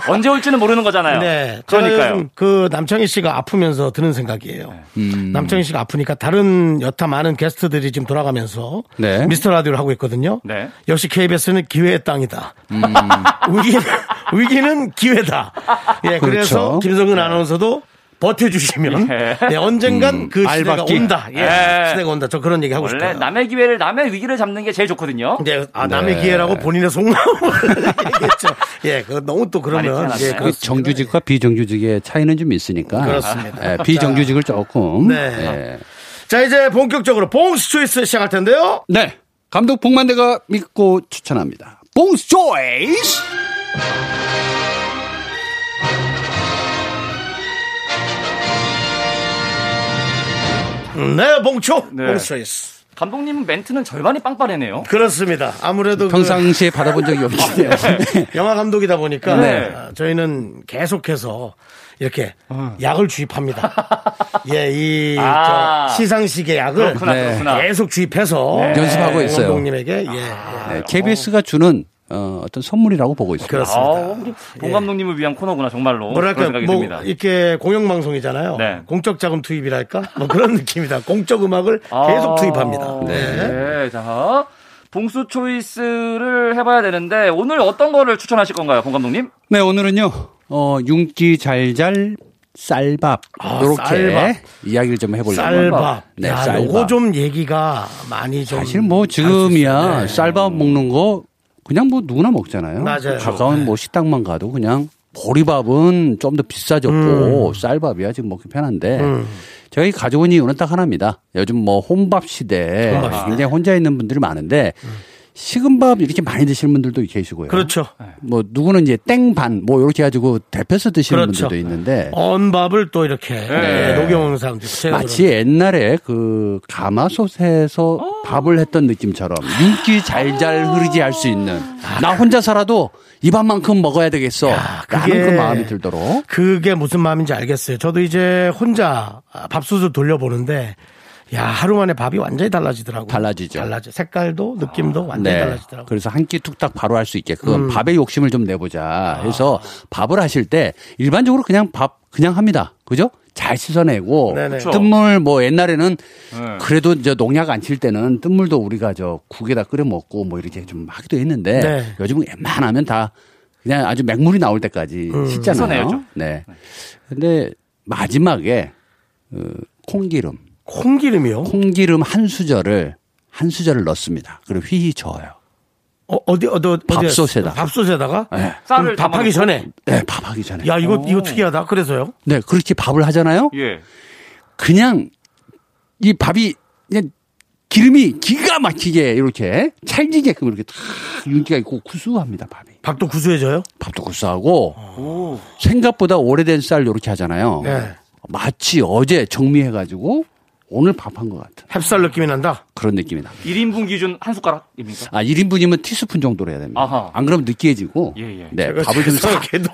B: 언제 올지는 모르는 거잖아요.
A: 네. 제가
B: 그러니까요. 네.
A: 요즘 그 남창희 씨가 아프면서 드는 생각이에요.
I: 음,
A: 남창희 씨가 아프니까 다른 여타 많은 게스트들이 지금 돌아가면서
I: 네.
A: 미스터 라디오를 하고 있거든요.
B: 네.
A: 역시 KBS는 기회의 땅이다.
I: 음.
A: <laughs> 위기는, 위기는 기회다. 예, 그래래서
I: 그렇죠.
A: 김성근 아나운서도 버텨주시면
B: 예.
A: 네, 언젠간 그 시대가
I: 음, 알바끼.
A: 온다. 예,
B: 예.
A: 시대가 온다. 저 그런 얘기 하고
B: 원래
A: 싶어요.
B: 남의 기회를 남의 위기를 잡는 게 제일 좋거든요.
A: 이제 아,
I: 네.
A: 남의 기회라고 본인의 속마음을 <laughs> 얘기했죠. 예, 그 너무 또 그러면
B: 많이
A: 예,
I: 그
A: 그렇습니다.
I: 정규직과 비정규직의 차이는 좀 있으니까.
A: 그렇습니다.
I: 예, 비정규직을 조금.
A: 네.
I: 예.
A: 자, 이제 본격적으로 봉스 초이스 시작할 텐데요.
I: 네. 감독 복만대가 믿고 추천합니다. 봉스 조이스!
A: 네, 봉초.
B: 네.
A: 봉스 초이스.
B: 감독님 멘트는 절반이 빵빠레네요.
A: 그렇습니다. 아무래도
I: 평상시에 받아본 적이 없네요.
A: 그 영화 감독이다 보니까
B: 네.
A: 아, 저희는 계속해서 이렇게 약을
B: <laughs>
A: 주입합니다. 예, 이
B: 어. 아.
A: 저 시상식의 약을
B: 그렇구나,
I: 네.
B: 그렇구나. 네.
A: 계속 주입해서
I: 연습하고 있어요.
A: 감독님에게 예.
B: 아.
I: 네, KBS가 주는 어, 어떤 선물이라고 보고 있습니다.
A: 그렇습니다.
B: 아, 우리 봉 감독님을 위한 코너구나 정말로.
A: 예. 뭐랄까
B: 그런 생각이
A: 뭐
B: 듭니다.
A: 이렇게 공영 방송이잖아요.
B: 네.
A: 공적 자금 투입이랄까 뭐 그런 <laughs> 느낌이다. 공적 음악을
B: 아.
A: 계속 투입합니다.
B: 네. 자. 봉수 초이스를 해봐야 되는데 오늘 어떤 거를 추천하실 건가요, 봉 감독님?
I: 네, 오늘은요, 어, 융기 잘잘 쌀밥. 요렇게
A: 아, 쌀밥.
I: 이야기를 좀 해보려고.
A: 쌀밥.
I: 네,
A: 야,
I: 쌀밥.
A: 요거 좀 얘기가 많이 좀.
I: 사실 뭐 지금이야 쌀밥 먹는 거 그냥 뭐 누구나 먹잖아요.
A: 네. 맞아요.
I: 가까운 뭐 식당만 가도 그냥 보리밥은 좀 더
A: 음.
I: 비싸졌고 쌀밥이야 지금 먹기 편한데 제가 이 가져온 이유는 딱 하나입니다. 요즘 뭐 혼밥 시대에 굉장히 혼자 있는 분들이 많은데 식은밥 이렇게 많이 드시는 분들도 계시고요.
A: 그렇죠.
I: 뭐 누구는 이제 땡반 뭐 이렇게 해가지고 데펴서 드시는
A: 그렇죠.
I: 분들도 있는데
A: 언밥을 또 이렇게
B: 네.
A: 예, 녹여오는 사람들.
I: 마치 옛날에 그 가마솥에서
A: 어.
I: 밥을 했던 느낌처럼 윤기 잘잘 흐르지 할 수 있는 나 혼자 살아도 이밥만큼 먹어야 되겠어
A: 그게-
I: 라는 그 마음이 들도록
A: 그게 무슨 마음인지 알겠어요. 저도 이제 혼자 밥솥을 돌려보는데 야 하루 만에 밥이 완전히 달라지더라고요.
I: 달라지죠.
A: 달라져. 색깔도 느낌도 완전히
I: 네.
A: 달라지더라고요. 음.
I: 그래서 한 끼 툭딱 바로 할 수 있게끔 밥의 욕심을 좀
A: 아.
I: 내보자 해서 밥을 하실 때 일반적으로 그냥 밥 그냥 합니다. 그죠? 잘 씻어내고
A: 네네. 그쵸.
I: 뜬물 뭐 옛날에는 그래도 이제 농약 안 칠 때는 뜬물도 우리가 저 국에다 끓여 먹고 뭐 이렇게 좀 하기도 했는데
A: 네.
I: 요즘은 웬만하면 다 그냥 아주 맹물이 나올 때까지
A: 음.
I: 씻잖아요.
B: 씻어내야죠.
I: 네. 근데 마지막에 어, 콩기름
A: 콩기름이요?
I: 콩기름 한 수저를 한 수저를 넣습니다. 그리고 휘휘 저어요.
A: 어, 어디 어디 어디-
I: 밥솥에다가.
A: 밥솥에다가
I: 네.
B: 쌀을 담아
A: 밥하기
B: 놓고?
A: 전에
I: 네, 밥하기 전에.
A: 야 이거 이거 특이하다. 그래서요.
I: 네, 그렇게 밥을 하잖아요.
B: 예.
I: 그냥 이 밥이 그냥 기름이 기가 막히게 이렇게 찰지게끔 이렇게 탁 윤기가 있고 구수합니다, 밥이.
A: 밥도 구수해져요.
I: 밥도 구수하고 생각보다 오래된 쌀 이렇게 하잖아요.
A: 네.
I: 마치 어제 정리해 가지고 오늘 밥 한 것 같은
A: 햅쌀 느낌이 난다.
I: 그런 느낌이 납니다.
B: 1인분 기준 한 숟가락입니까?
I: 아, 1인분이면 티스푼 정도로 해야 됩니다.
B: 아하.
I: 안 그러면 느끼해지고.
B: 예, 예.
I: 네, 밥을 좀 싹.
A: <laughs> 생각해도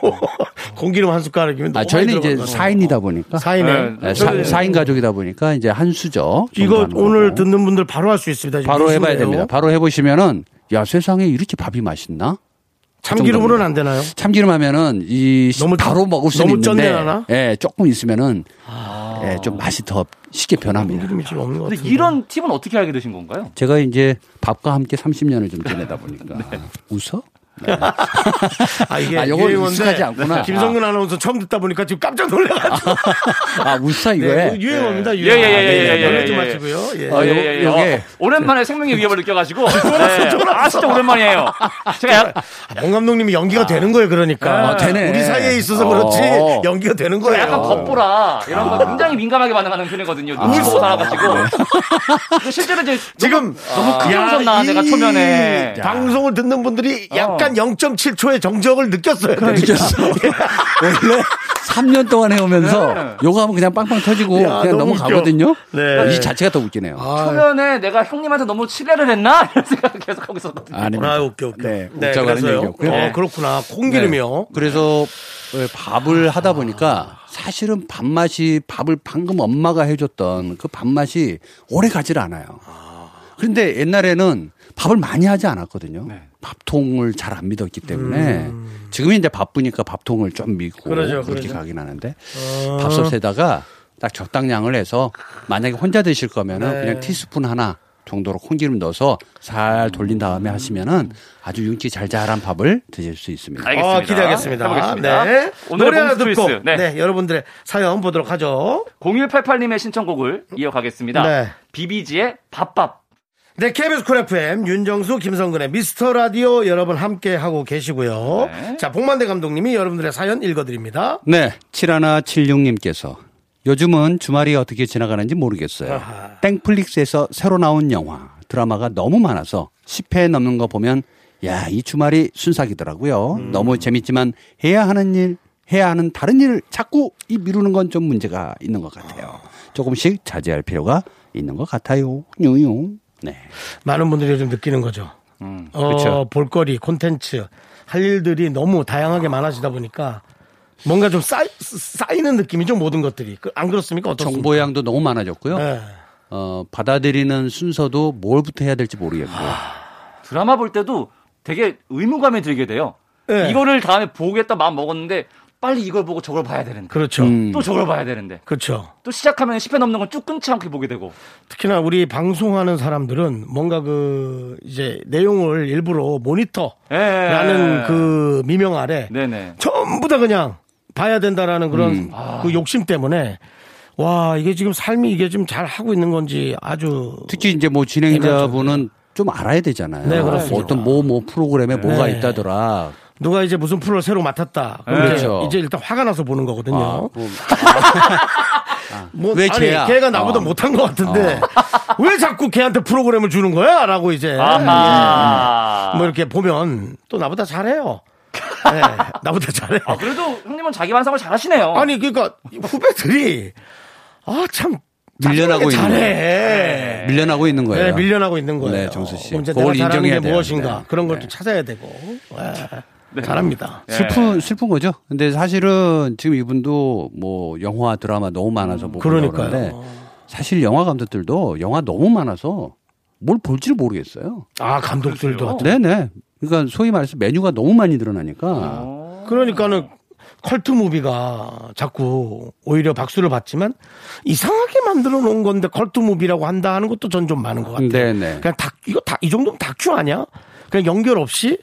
A: 공기름 한 숟가락이면
I: 아,
A: 너무
I: 저희는
A: 많이
I: 이제
A: 들어간다.
I: 사인이다 보니까.
A: 사인에
B: 네,
I: 네, 사, 사인 가족이다 보니까 이제 한 수저. 정도
A: 이거
I: 하는
A: 오늘
I: 거고.
A: 듣는 분들 바로 할 수 있습니다. 지금
I: 바로 해봐야
A: 미술이에요.
I: 됩니다. 바로 해보시면은 야 세상에 이렇게 밥이 맛있나?
A: 참기름으로는 안 되나요?
I: 참기름 하면은 이 시-
A: 너무
I: 바로 먹을 수는
A: 너무
I: 있는데
A: 쩐대나나? 아.
I: 예, 조금 있으면은 예, 좀 맛이 더 쉽게 변합니다.
A: 참기름이 지금 없는 것
B: 근데
A: 같은데.
B: 이런 팁은 어떻게 알게 되신 건가요?
I: 제가 이제 밥과 함께 30년을 좀 지내다
A: <laughs>
I: 보니까
A: 네.
I: 웃어?
A: 아 이게
I: 아, 요건 익숙하지 않구나.
A: 김성근 아나운서 처음 듣다 보니까 지금 깜짝 놀라가지고.
I: 아 웃어 이거에
A: 네, 유행어입니다. 유행어.
B: 예, 예, 예, 예, 예,
A: 놀라지
B: 예, 예.
A: 마시고요. 예.
I: 어, 요- 요게.
B: 오랜만에 생명의 위협을
A: <laughs>
B: 느껴가지고. 네. 아, 진짜 오랜만이에요. 제가 약,
A: 아, 봉 감독님이 연기가 되는 거예요, 그러니까.
I: 아, 되네.
A: 우리 사이에 있어서
I: 어.
A: 그렇지 연기가 되는 거예요. 아.
B: 약간 겉보라 이런 거 굉장히 민감하게 반응하는 편이거든요. 눈치 보고 살아가지고. 실제로 이제
A: 네. 지금
B: 너무 큰
A: 아. 야,
B: 형선 나와,
A: 이
B: 내가 초면에.
A: 방송을 듣는 분들이
B: 어.
A: 한
B: 그러니까.
A: 0.7초의 정적을 느꼈어요.
B: <laughs>
I: 느꼈어. 원래 3년 동안 해오면서 요거하면 그냥 빵빵 터지고
A: 네. 야,
I: 그냥
A: 너무 웃겨.
I: 넘어가거든요.
A: 네. 아,
I: 이 자체가 더 웃기네요.
B: 초면에 내가 형님한테 너무 치례를 했나? 이런 생각 계속 하고 있었거든요.
I: 아, 닙니다
A: 아, 웃겨, 웃겨.
I: 네, 웃자고 하는
A: 그래서요.
I: 얘기였고요.
B: 네.
A: 어, 그렇구나. 콩기름이요.
I: 네. 그래서 왜 밥을 하다 보니까 사실은 밥맛이 밥을 방금 엄마가 해줬던 그 밥맛이 오래 가질 않아요. 그런데 옛날에는 밥을 많이 하지 않았거든요. 밥통을 잘 안 믿었기 때문에 지금 이제 바쁘니까 밥통을 좀 믿고 그렇
A: 음. 그러죠, 아.
I: 게
A: 그러죠.
I: 가긴 하는데 밥솥에다가 딱 적당량을 해서 만약에 혼자 드실 거면은
A: 네.
I: 그냥 티스푼 하나 정도로 콩기름 넣어서 잘 돌린 다음에 하시면은 아주 윤기 잘잘한 밥을 드실 수 있습니다.
B: 네. 알겠습니다.
A: 어, 기대하겠습니다.
B: 해보겠습니다.
A: 네.
B: 오늘의
A: 노래 하나
B: 봉투
A: 듣고
B: 퀴즈.
A: 네.
B: 네.
A: 여러분들의 사연 보도록 하죠.
B: 0188님의 신청곡을 이어가겠습니다.
A: 네.
B: 비비지의 밥밥.
A: 네, KBS 쿨 FM 윤정수 김성근의 미스터 라디오 여러분 함께 하고 계시고요.
B: 네.
A: 자, 복만대 감독님이 여러분들의 사연 읽어드립니다.
I: 네, 7176님께서 요즘은 주말이 어떻게 지나가는지 모르겠어요. 땡플릭스에서 새로 나온 영화, 드라마가 너무 많아서 10회 넘는 거 보면 야, 이 주말이 순삭이더라고요.
A: 음.
I: 너무 재밌지만 해야 하는 일, 해야 하는 다른 일을 자꾸 이 미루는 건 좀 문제가 있는 것 같아요. 조금씩 자제할 필요가 있는 것 같아요. 요요. 네.
A: 많은 분들이 요즘 느끼는 거죠. 어,
I: 음, 그쵸.
A: 볼거리, 콘텐츠, 할 일들이 너무 다양하게 많아지다 보니까 뭔가 좀 쌓이, 쌓이는 느낌이 죠 모든 것들이. 그- 안 그렇습니까? 어떻습니까?
I: 정보의 양도 너무 많아졌고요.
A: 네.
I: 어, 받아들이는 순서도 뭘부터 해야 될지 모르겠고.
B: 드라마 볼 때도 되게 의무감이 들게 돼요.
A: 네.
B: 이거를 다음에 보겠다 마음 먹었는데 빨리 이걸 보고 저걸 봐야 되는데.
A: 그렇죠.
I: 음.
B: 또 저걸 봐야 되는데.
A: 그렇죠.
B: 또 시작하면 10회 넘는 건 쭉 끊지 않게 보게 되고.
A: 특히나 우리 방송하는 사람들은 뭔가 그 이제 내용을 일부러
B: 예.
A: 모니터라는 그 미명 아래
B: 네네.
A: 전부 다 그냥 봐야 된다라는 그런
I: 음. 아.
A: 그 욕심 때문에 와 이게 지금 삶이 이게 지금 잘 하고 있는 건지 아주
I: 특히 이제 뭐 진행자분은 좀 알아야 되잖아요.
A: 그렇죠. 네, 그렇습니다.
I: 어떤 뭐 뭐 프로그램에 뭐가
A: 네.
I: 있다더라.
A: 누가 이제 무슨 프로를 새로 맡았다 그럼 이제-
I: 그렇죠.
A: 이제 일단 화가 나서 보는 거거든요.
I: 뭐
A: 뭐,
I: 왜
A: <laughs> 아니
I: 걔야? 아.
A: 걔가 나보다
I: 어.
A: 못한 것 같은데 <laughs> 왜 자꾸 걔한테 프로그램을 주는 거야라고 이제
I: 아.
B: 아하.
A: 뭐 이렇게 보면 또 나보다 잘해요. 네, <laughs> 나보다 잘해요.
B: 아, 그래도 형님은 자기 반성을 잘 하시네요.
A: 아니 그러니까 후배들이 아 참
I: 밀려나고 네. 있는
A: 잘해.
I: 밀려나고 있는 거예요.
A: 네, 밀려나고 있는 거예요.
I: 네, 정수 씨.
A: 이제
I: 그걸
A: 내가 잘하는
I: 인정해야
A: 게
I: 돼요.
A: 무엇인가
I: 네.
A: 그런 걸
I: 네.
A: 또 찾아야 되고 네. 잘합니다.
I: 슬픈 슬픈 거죠. 근데 사실은 지금 이분도 뭐 영화 드라마 너무 많아서 못 보려고
A: 그러니까요.
I: 그러는데 사실 영화 감독들도 영화 너무 많아서 뭘 볼지를 모르겠어요.
A: 아 감독들도
I: 네네. 그러니까 소위 말해서 메뉴가 너무 많이 늘어나니까
A: 그러니까는 컬트 무비가 자꾸 오히려 박수를 받지만 이상하게 만들어 놓은 건데 컬트 무비라고 한다 하는 것도 전 좀 많은 것 같아요. 그러니까
I: 네네.
A: 그냥 다 이거 다 이 정도면 다큐 아니야? 그냥 연결 없이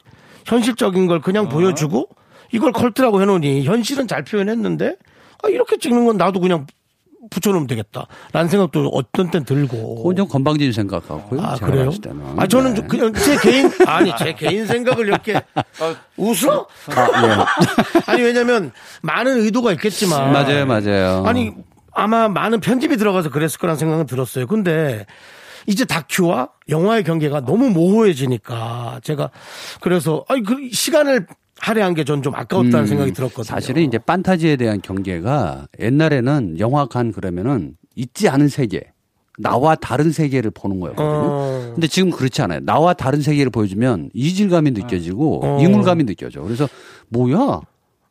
A: 현실적인 걸 그냥
I: 어.
A: 보여주고 이걸 컬트라고 해놓으니 현실은 잘 표현했는데 아, 이렇게 찍는 건 나도 그냥 붙여놓으면 되겠다라는 생각도 어떤 땐 들고.
I: 그건 좀 건방진 생각 같고요.
A: 아
I: 제가
A: 그래요?
I: 봤을 때는.
A: 아 저는
I: 네.
A: 좀 그냥 제 개인 아니 제 개인 생각을 이렇게
I: 어.
A: 웃어?
I: 아,
A: <laughs> 아니 왜냐면 많은 의도가 있겠지만
I: 예. 맞아요, 맞아요.
A: 아니 아마 많은 편집이 들어가서 그랬을 거란 생각은 들었어요. 근데 이제 다큐와 영화의 경계가 너무 모호해지니까 제가 그래서 아니 그 시간을 할애한 게 전 좀 아까웠다는 생각이 들었거든요.
I: 음, 사실은 이제 판타지에 대한 경계가 옛날에는 영화관 그러면은 있지 않은 세계, 나와 다른 세계를 보는 거였거든요.
A: 어.
I: 근데 지금 그렇지 않아요. 나와 다른 세계를 보여주면 이질감이 느껴지고
A: 어.
I: 이물감이 느껴져. 그래서 뭐야?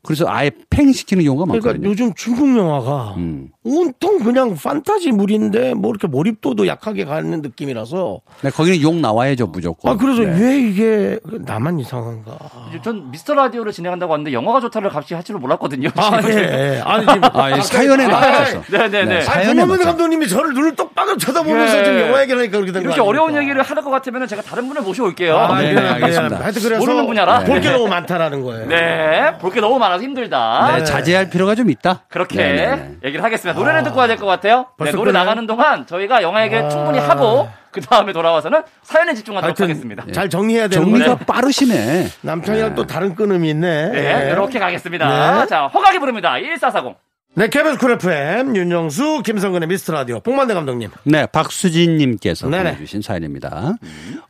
I: 그래서 아예 팽 시키는 경우가
A: 그러니까
I: 많거든요.
A: 요즘 중국 영화가
I: 음.
A: 온통 그냥 판타지물인데 뭐 이렇게 몰입도도 약하게 가는 느낌이라서
I: 근데 거기는 욕 나와야죠 무조건.
A: 아 그래서
I: 네.
A: 왜 이게 나만 이상한가?
B: 전 미스터 라디오를 진행한다고 하는데 영화가 좋다를 값이 할 줄을 몰랐거든요.
A: 아 예. 예. 아니 지금
I: 네. 아, 예, 사연에 맞춰서.
B: <laughs> 네네네.
I: 네,
A: 아니,
I: 사연에
A: 문현민
I: 맞춰서.
A: 감독님이 저를 눈을 똑바로 쳐다보면서
B: 예.
A: 지금 영화 얘기하니까 그렇게 된거
B: 이렇게 어려운 얘기를 할 것 같으면 제가 다른 분을 모셔 올게요.
A: 아,
I: 네,
A: 네,
I: 네, 알겠습니다.
A: 알겠습니다. 하여튼 그래서
B: 모르는 분야라.
A: 볼게 너무 많다라는 거예요.
B: 네, 볼 게 너무 많아서 힘들다.
I: 네, 자제할 필요가 좀 있다.
B: 그렇게
I: 네, 네, 네.
B: 얘기를 하겠습니다. 노래를 듣고 와야 될 것 같아요. 네,
A: 아. 벌써
B: 노래
A: 끝나요?
B: 나가는 동안 저희가 영화 얘기를
A: 아.
B: 충분히 하고 그 다음에 돌아와서는 사연에 집중하도록 하겠습니다.
A: 하여튼 네. 잘 정리해야 되는
I: 정리가
A: 거예요.
I: 빠르시네.
A: 남창이랑 또 다른 끊음이 있네.
B: 네, 이렇게 가겠습니다. 자, 허각이 부릅니다. 1440.
A: 네, KBS 쿨 FM, 윤정수, 김성근의 미스터 라디오, 복만대 감독님.
I: 네, 박수진님께서
A: 네네.
I: 보내주신 사연입니다.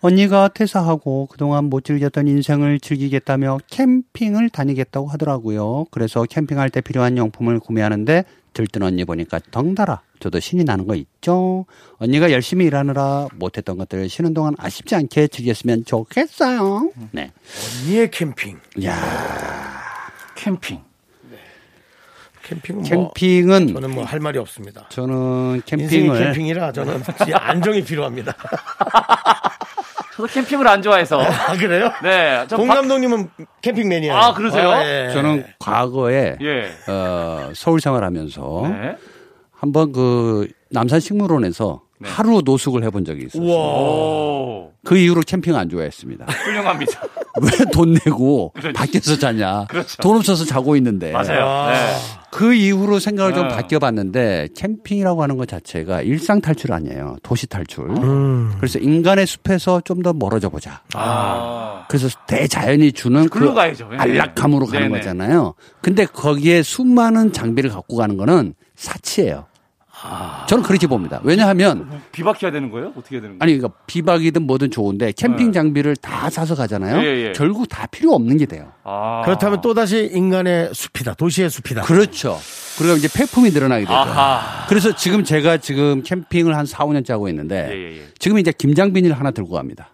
I: 언니가 퇴사하고 그동안 못 즐겼던 인생을 즐기겠다며 캠핑을 다니겠다고 하더라고요. 그래서 캠핑할 때 필요한 용품을 구매하는데 들뜬 언니 보니까 덩달아 저도 신이 나는 거 있죠. 언니가 열심히 일하느라 못했던 것들 쉬는 동안 아쉽지 않게 즐겼으면 좋겠어요. 네,
A: 니의 캠핑.
I: 야
B: 캠핑.
A: 캠핑은 뭐,
I: 캠핑은
A: 저는 뭐 할 말이 없습니다.
I: 저는
A: 인생이
I: 캠핑을
A: 캠핑이라 저는 이 안정이 필요합니다. <laughs>
B: 저도 캠핑을 안 좋아해서.
A: 아, 그래요?
B: 네. 저
A: 공
B: 박-
A: 감독님은 캠핑 매니아.
B: 아, 그러세요?
A: 예.
I: 저는 과거에
B: 네. 예.
I: 어, 서울 생활하면서
B: 네.
I: 한번 그 남산 식물원에서
B: 네.
I: 하루 노숙을 해본 적이 있어요.
B: 오.
I: 그 이후로 캠핑 안 좋아했습니다.
B: <laughs> 훌륭합니다.
I: <laughs> 왜 돈 내고
B: 그렇지.
I: 밖에서 자냐?
B: 그렇죠.
I: 돈 없어서 자고 있는데.
B: 맞아요. 네.
I: 그 이후로 생각을 좀
B: 네.
I: 바뀌어봤는데 캠핑이라고 하는 것 자체가 일상 탈출 아니에요. 도시 탈출. 그래서 인간의 숲에서 좀 더 멀어져 보자.
B: 음. 아.
I: 그래서 대자연이 주는 그
B: 글로 가야죠. 예.
I: 안락함으로 가는
B: 네네.
I: 거잖아요. 근데 거기에 수많은 장비를 갖고 가는 거는 사치예요.
B: 아.
I: 저는 그렇게 봅니다. 왜냐하면
B: 비박해야 되는 거예요? 어떻게 해야 되는 거예요?
I: 아니 그러니까 비박이든 뭐든 좋은데 캠핑
B: 네.
I: 장비를 다 사서 가잖아요.
B: 예, 예.
I: 결국 다 필요 없는 게 돼요.
B: 아.
A: 그렇다면 또다시 인간의 숲이다. 도시의 숲이다.
I: 그렇죠. 그리고 이제 폐품이 늘어나게 되죠.
B: 아하.
I: 그래서 지금 제가 지금 캠핑을 한 4, 5년째 하고 있는데
B: 예, 예, 예.
I: 지금 이제 김장비닐 하나 들고 갑니다.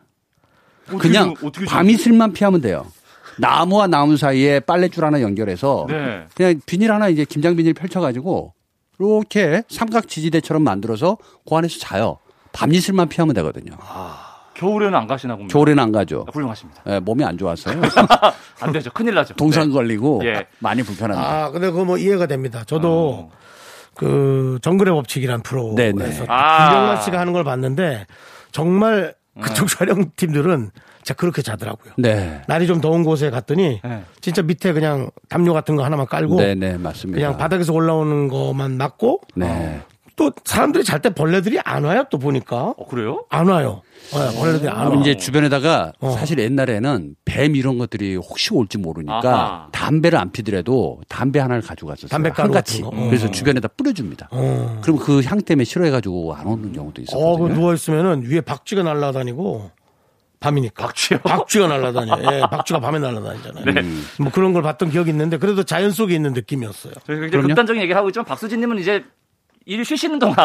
B: 어떻게
I: 그냥
B: 좀- 어떻게 좀-
I: 밤이슬만 피하면 돼요. 나무와 나무 사이에 빨래줄 하나 연결해서
B: 네.
I: 그냥 비닐 하나 이제 김장 비닐 펼쳐가지고 이렇게 삼각 지지대처럼 만들어서 그 안에서 자요. 밤이슬만 피하면 되거든요.
A: 아,
B: 겨울에는 안 가시나 봅니다.
A: 네.
I: 겨울에는 안 가죠.
B: 아, 훌륭하십니다.
I: 예, 몸이
A: <laughs>
I: 안 좋아서요.
B: 안 되죠. 큰일 나죠.
I: 동상
B: 네.
I: 걸리고
B: 예.
I: 많이 불편합니다.
A: 아, 근데 그거 뭐 이해가 됩니다. 저도 그 정글의 법칙이란
I: 어. 네네.
A: 프로에서
B: 아.
A: 김경란 씨가 하는 걸 봤는데 정말 그쪽 촬영팀들은 진짜 그렇게 자더라고요.
I: 네.
A: 날이 좀 더운 곳에 갔더니
B: 네.
A: 진짜 밑에 그냥 담요 같은 거 하나만 깔고
I: 네네, 맞습니다.
A: 그냥 바닥에서 올라오는 것만 맞고
I: 네.
A: 또 사람들이 잘 때 벌레들이 안 와요 또 보니까
B: 어, 그래요?
A: 안 와요. 네, 벌레들이 안 와.
I: 이제 주변에다가
A: 어.
I: 사실 옛날에는 뱀 이런 것들이 혹시 올지 모르니까
B: 아하.
I: 담배를 안 피더라도 담배 하나를 가져갔었어요.
A: 담배가루
I: 한같이.
A: 같은 거.
I: 그래서 주변에다 뿌려줍니다.
A: 어.
I: 그럼 그 향 때문에 싫어해가지고 안 오는
A: 어, 그
I: 경우도 있었거든요.
A: 누워 있으면은 위에 박쥐가 날아다니고 밤이니까
B: 박쥐요?
A: 박쥐가 날아다녀. 예, 박쥐가 밤에 날아다니잖아요.
I: 음.
A: 뭐 그런 걸 봤던 기억이 있는데 그래도 자연 속에 있는 느낌이었어요.
B: 저희 굉장히
I: 그럼요.
B: 극단적인 얘기를 하고 있지만 박수진님은 이제 일 쉬시는 동안 <laughs>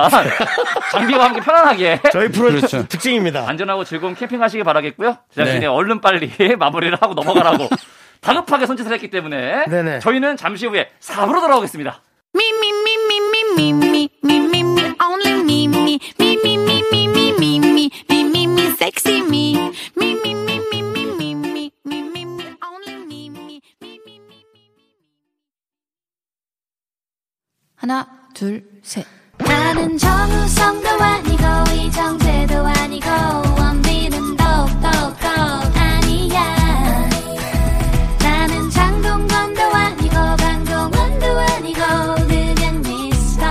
B: 장비와 함께 편안하게
A: 저희 프로의
I: 그렇죠.
A: 특징입니다.
B: 안전하고 즐거운 캠핑하시길 바라겠고요. 그 제작진이
I: 네.
B: 얼른 빨리 <laughs> 마무리를 하고 넘어가라고 <laughs> 다급하게 손짓을 했기 때문에
A: 네네.
B: 저희는 잠시 후에 4부로 돌아오겠습니다.
D: Me, me, me, me, me, me, me, me, me, me, only me, me, me, me, me, me, me, me, me, me, me, me, sexy me. Me, me, me, me, me, me, me, me, me, me, only me, me, me, me, me.
J: 하나, 둘, 셋.
D: 나는 정우성도 아니고 이정재도 아니고 원빈은 더욱더 아니야 나는 장동건도 아니고 방종원도 아니고 그냥 미스터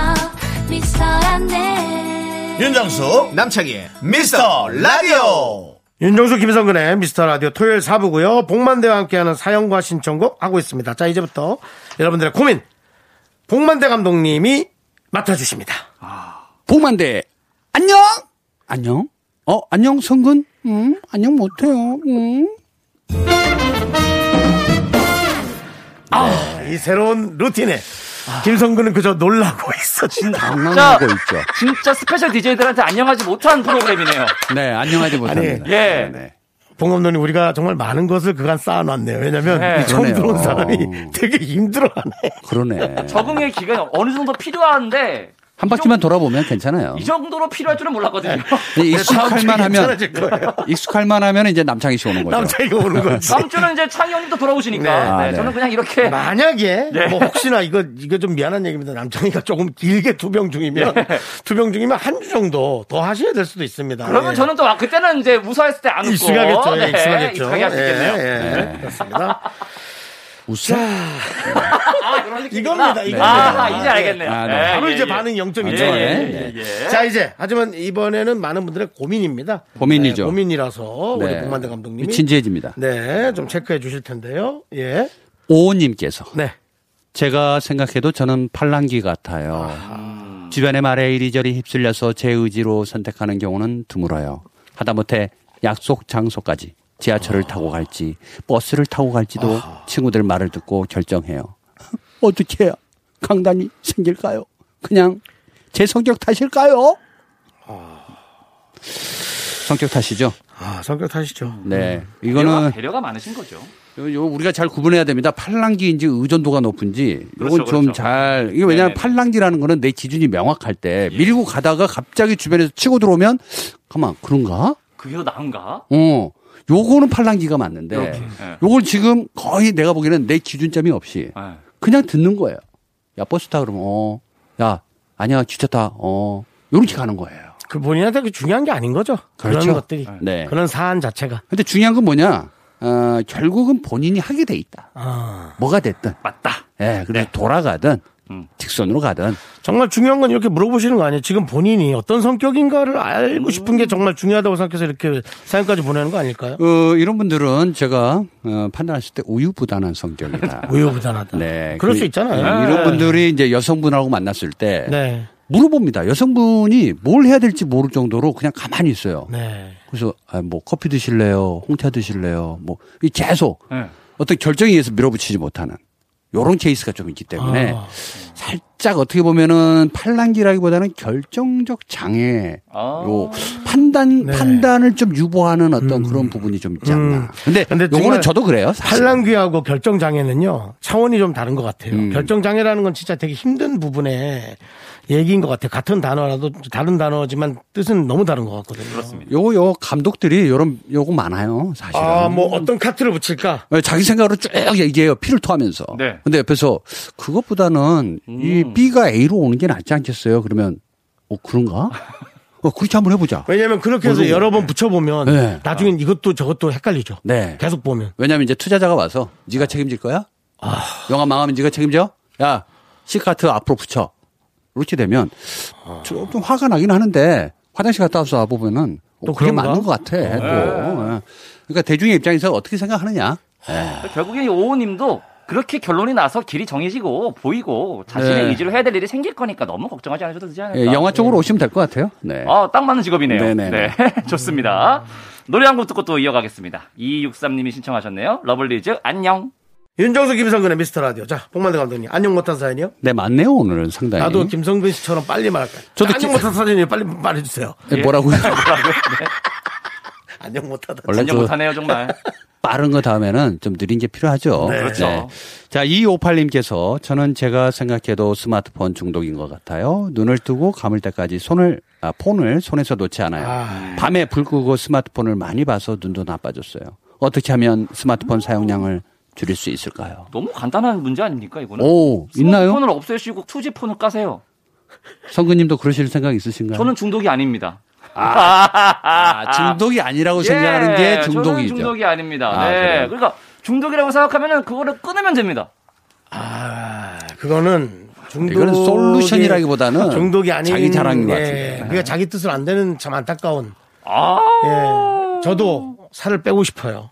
D: 미스터란데
E: 윤정수 남창희의 미스터 라디오
A: 윤정수 김성근의 미스터 라디오 토요일 4부고요. 복만대와 함께하는 사연과 신청곡 하고 있습니다. 자, 이제부터 여러분들의 고민 복만대 감독님이 맡아 주십니다.
I: 복만대 안녕 안녕 어 안녕 성근 음 안녕 못해요 음
A: 이 새로운 루틴에 김성근은 그저 놀라고 있어진다.
I: 당황하고 있죠
B: 진짜 스페셜 DJ들한테 안녕하지 못한 프로그램이네요.
I: 네 안녕하지 못합니다
A: 아니,
B: 예.
I: 네,
A: 봉감독님 우리가 정말 많은 것을 그간 쌓아놨네요. 왜냐면
B: 네.
A: 이 처음
I: 그러네요.
A: 들어온 사람이 되게 힘들어하네.
I: 그러네
B: 적응의 기간이 어느 정도 필요한데
I: 한 바퀴만 돌아보면 괜찮아요
B: 이 정도로 필요할 줄은 몰랐거든요.
I: 근데
B: <laughs>
I: 익숙할만 하면
A: 괜찮아질 거예요.
I: 익숙할만 하면 이제 남창희 씨 오는 거죠
A: 남자이가 오는 거지.
B: 다음 주는 이제 창희 형님도 돌아오시니까
I: 네. 아,
B: 네,
I: 네.
B: 저는 그냥 이렇게
A: 아, 만약에
B: 네.
A: 뭐 혹시나 이거 이거 좀 미안한 얘기입니다. 남창이가 조금 길게 두 병 중이면 두 병 중이면 한 주 정도 더 하셔야 될 수도 있습니다.
B: 그러면
A: 예.
B: 저는 또 아, 그때는 이제 무사했을 때 안 웃고
A: 익숙하겠죠. 예,
B: 네,
A: 익숙하겠죠.
B: 익숙하게 할수 있겠네요.
A: 예, 예. 그렇습니다.
I: 웃어
B: 아, 그런 느낌
A: 이겁니다. 네. 이겁니다.
B: 아, 이제 알겠네요.
I: 아, 네.
B: 예,
A: 예. 바로
B: 예,
A: 이제
B: 예.
A: 반응 0.2초.
B: 예,
I: 좋아요.
B: 예, 예, 예.
A: 자 이제 하지만 이번에는 많은 분들의 고민입니다.
I: 고민이죠.
A: 네, 고민이라서 우리
I: 네.
A: 복만대 감독님이
I: 진지해집니다
A: 네 좀 체크해 주실 텐데요. 예.
I: 오호님께서
A: 네.
I: 제가 생각해도 저는 팔랑귀 같아요. 주변의 말에 이리저리 휩쓸려서 제 의지로 선택하는 경우는 드물어요. 하다못해 약속 장소까지 지하철을 타고 갈지 버스를 타고 갈지도 친구들 말을 듣고 결정해요. <laughs> 어떻게 해야 강단이 생길까요? 그냥 제 성격 탓일까요? 성격 탓이죠.
A: 아, 성격 탓이죠.
I: 네.
B: 예. 배려가,
I: 이거는
B: 배려가 많으신 거죠.
I: 요, 요 우리가 잘 구분해야 됩니다. 팔랑귀인지 의존도가 높은지 요건
B: 그렇죠, 그렇죠.
I: 좀 잘 이게
B: 네네네. 예.
I: 왜냐하면 팔랑귀라는 거는 내 기준이 명확할 때 밀고 가다가 갑자기 주변에서 치고 들어오면 가만 그런가?
B: 그게 더 나은가?
I: 어 요거는 팔랑귀가 맞는데
A: 음.
B: 예.
I: 요걸 지금 거의 내가 보기에는 내 기준점이 없이
B: 예.
I: 그냥 듣는 거예요. 야 버스 타 그러면 어야 아니야 지쳤다 어 요렇게 가는 거예요.
A: 그 본인한테 그 중요한 게 아닌 거죠. 그런
I: 그렇죠.
A: 것들이.
I: 네.
A: 그런 사안 자체가.
I: 근데 중요한 건 뭐냐? 어 결국은 본인이 하게 돼 있다.
A: 아.
I: 뭐가 됐든
B: 맞다. 네. 음.
I: 예, 그래서 돌아가든 직선으로 가든
A: 정말 중요한 건 이렇게 물어보시는 거 아니에요? 지금 본인이 어떤 성격인가를 알고 싶은 게 정말 중요하다고 생각해서 이렇게 사연까지 보내는 거 아닐까요?
I: 어, 이런 분들은 제가 어, 판단했을 때 <laughs> 우유부단한 성격이다.
A: 우유부단하다.
I: 음. 네,
A: 그럴
I: 그-
A: 수 있잖아요.
I: 네, 이런 분들이 이제 여성분하고 만났을 때
A: 네.
I: 물어봅니다. 여성분이 뭘 해야 될지 모를 정도로 그냥 가만히 있어요.
A: 네.
I: 그래서 아, 뭐 커피 드실래요? 홍차 드실래요? 뭐 이 계속
B: 네.
I: 어떤 결정에 의해서 밀어붙이지 못하는 요런 케이스가 좀 있기 때문에
A: 아.
I: 살짝 어떻게 보면은 팔랑기라기보다는 결정적 장애
B: 아.
I: 요 판단
A: 네.
I: 판단을 좀 유보하는 어떤 그런 부분이 좀 있지 않나.
A: 음.
I: 근데,
A: 근데 정말
I: 요거는 저도 그래요. 사실.
A: 팔랑귀하고 결정장애는요, 차원이 좀 다른 것 같아요.
I: 음.
A: 결정장애라는 건 진짜 되게 힘든 부분의 얘기인 것 같아요. 같은 단어라도 다른 단어지만 뜻은 너무 다른 것 같거든요. 그렇습니다.
I: 요거 요 감독들이 요런 요거 많아요. 사실은.
A: 아, 뭐 어떤 카트를 붙일까?
I: 네, 자기 생각으로 쭉 얘기해요. 피를 토하면서.
B: 네. 음.
I: 근데 옆에서 그것보다는 이 B가 A로 오는 게 낫지 않겠어요? 그러면 어
B: <laughs>
I: 그런가? 어 그렇게 한번 해보자.
A: 왜냐면 그렇게 해서
I: 모르고.
A: 여러 번 붙여보면
I: 네.
A: 나중엔 이것도 저것도 헷갈리죠.
I: 네.
A: 계속 보면.
I: 왜냐면 이제 투자자가 와서 네가 책임질 거야? 영화 망하면 네가 책임져? 야 C카트 앞으로 붙여. 이렇게 되면 좀, 좀 화가 나긴 하는데 화장실 갔다 와서 아 보면은
A: 또
I: 또 그게
A: 그런가?
I: 맞는 것 같아. 또. 예. 그러니까 대중의 입장에서 어떻게 생각하느냐.
B: 결국엔 이 오호님도 그렇게 결론이 나서 길이 정해지고 보이고 자신의
I: 네.
B: 의지로 해야 될 일이 생길 거니까 너무 걱정하지 않으셔도 되지 않을까.
I: 예, 영화 쪽으로 오시면 될 것 같아요. 네.
B: 아, 딱 맞는 직업이네요.
I: 네네.
B: 네 <laughs> 좋습니다. 노래 한 곡 듣고 또 이어가겠습니다. 2263님이 신청하셨네요. 러블리즈, 안녕.
A: 윤정수 김성근의 미스터 라디오. 자, 복만대 감독님. 안녕 못한 사연이요?
I: 네, 맞네요. 오늘은 상당히.
A: 나도 김성근 씨처럼 빨리 말할까요?
I: 저도
A: 안녕
I: 김-
A: 못한 사연이요. 빨리 말해주세요. <laughs>
I: 예, 뭐라고요?
A: 안녕 못하다.
I: 원래
B: 안녕
I: 그
B: 못하네요, 정말.
I: 빠른 거 다음에는 좀 느린 게 필요하죠.
A: 네.
B: 그렇죠.
I: 자, 2258님께서 저는 제가 생각해도 스마트폰 중독인 것 같아요. 눈을 뜨고 감을 때까지 손을, 아, 폰을 손에서 놓지 않아요. 밤에 불 끄고 스마트폰을 많이 봐서 눈도 나빠졌어요. 어떻게 하면 스마트폰 사용량을 줄일 수 있을까요?
B: 너무 간단한 문제 아닙니까, 이거는?
I: 오, 있나요?
B: 폰을 없애시고 투지폰을 까세요.
I: 성근님도 그러실 생각 있으신가요?
B: 저는 중독이 아닙니다.
I: 네.
B: 예,
I: 아, 중독이 아니라고 생각하는 게
B: 저는
I: 중독이죠.
B: 중독이 아닙니다.
I: 아,
B: 네.
I: 그래요?
B: 그러니까 중독이라고 생각하면은 그거를 끊으면 됩니다.
A: 아, 그거는 중독.
I: 이거는 솔루션이라기보다는
A: 중독이 아닌
I: 자기 자랑인 것
A: 예,
I: 같은데.
A: 그러니까 자기 뜻을 안 되는 참 안타까운.
B: 아,
A: 예. 저도 살을 빼고 싶어요.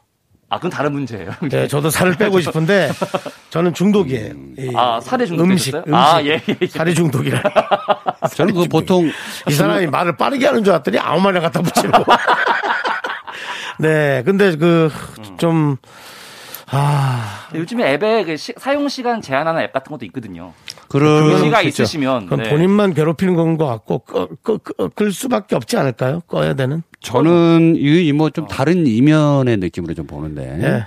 B: 아 그건 다른
I: <laughs>
B: 문제예요.
A: 네, 저도 살을 빼고 싶은데 저는 중독이에요. 예.
B: 아, 살에 중독
A: 음식,
B: 되셨어요?
A: 음식.
B: 아, 예, 예, 예.
A: 살이 중독이라.
I: 저는 그 보통
A: 이 사람이 말을 빠르게 하는 줄 알았더니 아무 말이나 갖다 붙이고. <laughs> 네, 근데 그 좀 아.
B: 요즘에 앱에 그 시- 사용 시간 제한하는 앱 같은 것도 있거든요.
I: 그런
B: 의지가
I: 그렇죠.
B: 있으시면
A: 그건
B: 네.
A: 본인만 괴롭히는 건 것 같고 끌, 끌, 끌, 끌 수밖에 없지 않을까요? 꺼야 되는.
I: 저는 이뭐좀 다른 이면의 느낌으로 좀 보는데
A: 예.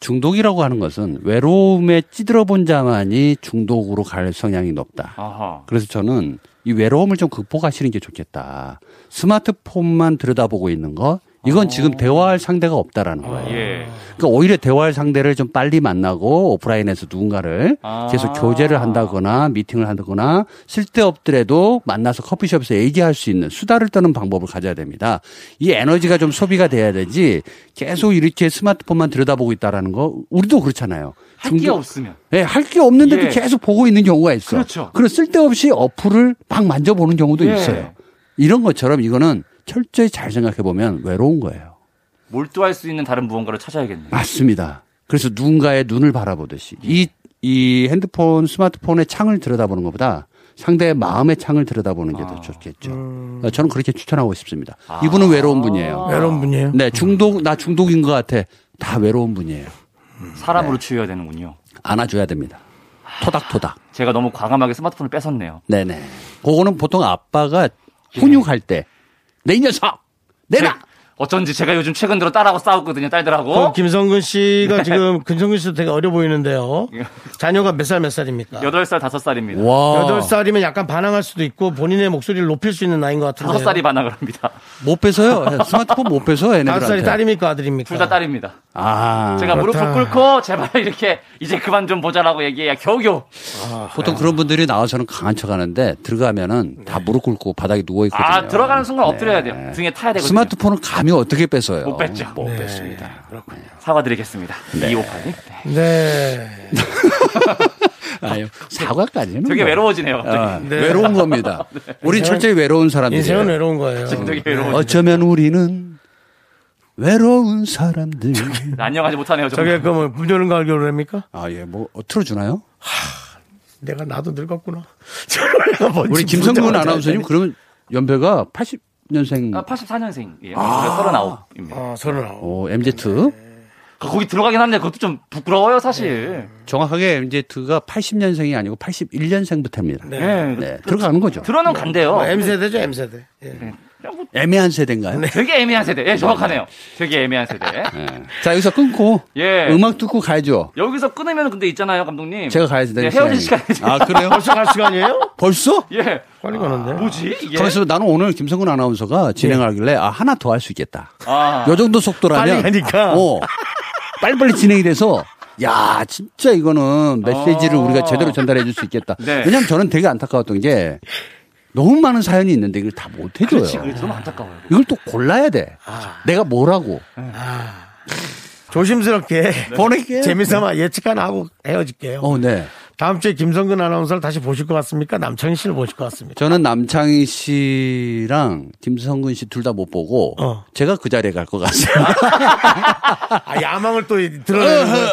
I: 중독이라고 하는 것은 외로움에 찌들어 본 자만이 중독으로 갈 성향이 높다.
B: 아하.
I: 그래서 저는 이 외로움을 좀 극복하시는 게 좋겠다. 스마트폰만 들여다보고 있는 것 이건 지금 대화할 상대가 없다라는 거예요.
B: 예.
I: 그러니까 오히려 대화할 상대를 좀 빨리 만나고 오프라인에서 누군가를
B: 아.
I: 계속 교제를 한다거나 미팅을 하거나 쓸데없더라도 만나서 커피숍에서 얘기할 수 있는 수다를 떠는 방법을 가져야 됩니다. 이 에너지가 좀 소비가 돼야 되지 계속 이렇게 스마트폰만 들여다보고 있다라는 거 우리도 그렇잖아요.
B: 할 게
I: 중독-
B: 없으면.
I: 예, 할 게 없는데도
B: 예.
I: 계속 보고 있는 경우가 있어.
B: 그렇죠.
I: 그리고 쓸데없이 어플을 막 만져보는 경우도
B: 예.
I: 있어요. 이런 것처럼 이거는 철저히 잘 생각해 보면 외로운 거예요.
B: 몰두할 수 있는 다른 무언가를 찾아야겠네요.
I: 맞습니다. 그래서 누군가의 눈을 바라보듯이 이 이 이 핸드폰 스마트폰의 창을 들여다보는 것보다 상대의 마음의 창을 들여다보는
A: 아.
I: 게 더 좋겠죠. 아, 저는 그렇게 추천하고 싶습니다. 이분은 외로운 분이에요.
A: 음. 아. 외로운 분이에요?
I: 네, 중독 나 중독인 것 같아. 다 외로운 분이에요. 네.
B: 사람으로 치유해야 되는군요.
I: 안아줘야 됩니다. 토닥토닥.
B: 제가 너무 과감하게 스마트폰을 뺏었네요.
I: 네네. 그거는 보통 아빠가
A: 예.
I: 훈육할 때 내 이 녀석 내놔.
A: 네.
B: 어쩐지 제가 요즘 최근 들어 딸하고 싸웠거든요.
A: 그럼
B: 딸들하고.
A: 김성근 씨가 지금 <laughs> 김성근 씨도 되게 어려 보이는데요. 자녀가 몇 살 몇 살입니까? 어.
B: 여덟 살 다섯 살입니다
I: 와.
A: 여덟 살이면 약간 반항할 수도 있고 본인의 목소리를 높일 수 있는 나이인 것 같은데.
B: 다섯 살이 반항을 합니다.
I: 못 뺏어요. 스마트폰 못 뺏어 얘네들한테.
A: 다섯 살이 딸입니까 아들입니까?
B: 둘 다 딸입니다.
I: 아.
B: 제가 무릎을
A: 그렇다.
B: 꿇고 제발 이렇게 이제 그만 좀 보자라고 얘기해야 겨우겨우.
I: 보통 그런 분들이 나와서는 강한 척 하는데 들어가면은 다 무릎 꿇고 바닥에 누워 있거든요.
B: 아 들어가는 순간 엎드려야 돼요. 등에 타야 되거든요.
I: 스마트폰은 네. 감히 어떻게 뺏어요?
B: 못 뺐죠.
I: 못 뺐습니다.
B: 사과드리겠습니다. 이호파님.
A: 네.
I: 아유, 사과까지는.
B: 되게
I: 뭐.
B: 외로워지네요.
I: 아,
B: 갑자기.
I: 외로운 겁니다. 우리 철저히 외로운 사람들.
A: 인생은 외로운 거예요.
B: 되게 외로워.
I: 어쩌면 우리는 외로운 사람들.
B: 안녕하지 못하네요.
A: 저게
B: 저게
A: 그러면 뭐 문 여는 가을 겨울입니까?
I: 아, 예, 뭐, 어, 틀어주나요?
A: 내가 나도 늙었구나. <laughs> 저거야, 뭔지
I: 우리 김성근
A: 문자
I: 아나운서님,
A: 왔다
I: 그러면 연배가 80년생,
B: 아, 84년생이에요. 아~ 39입니다.
A: 했더니. 어, 서른아홉.
I: 오, MZ.
B: 거기 들어가긴 하는데 그것도 좀 부끄러워요, 사실.
I: 정확하게 MZ가 80년생이 아니고 81년생부터입니다. 네.
B: 네.
I: 들어가는 거죠.
B: 들어는 간대요.
A: M 세대죠, M 세대. 예.
I: 애매한 세대인가요?
B: 되게 애매한 세대. 예, 정확하네요. 되게 애매한 세대.
I: 네. 자, 여기서 끊고
B: 예.
I: 음악 듣고 가야죠.
B: 여기서 끊으면 근데 있잖아요, 감독님.
I: 제가 가야
B: 네,
I: 되는
B: 헤어질 시간이.
I: 아, 그래요?
A: 벌써 갈 시간이에요?
I: 벌써?
B: <laughs> 예.
A: 빨리 가는데.
B: 뭐지? 이게?
I: 그래서 나는 오늘 김성근 아나운서가 진행하길래 아, 하나 더 할 수 있겠다.
B: 아.
I: 요 정도 속도라면
A: 빨리 가니까.
I: 어, 빨리빨리 진행이 돼서 야 진짜 이거는 메시지를
B: 어.
I: 우리가 제대로 전달해 줄 수 있겠다.
B: 네.
I: 왜냐하면 저는 되게 안타까웠던 게 너무 많은 사연이 있는데 이걸 다 못 해줘요.
B: 그렇지, 그렇지. 너무 안타까워요. 아.
I: 이걸 또 골라야 돼. 내가 뭐라고
A: 조심스럽게.
B: 네.
I: 보낼게요.
A: 재미삼아 예측 하나 하고 헤어질게요.
I: 어, 네.
A: 다음 주에 김성근 아나운서를 다시 보실 것 같습니까? 남창희 씨를 보실 것 같습니다.
I: 저는 남창희 씨랑 김성근 씨 둘 다 못 보고
A: 어.
I: 제가 그 자리에 갈 것 같아요. <laughs>
A: 아, 야망을 또 드러내는 거예요.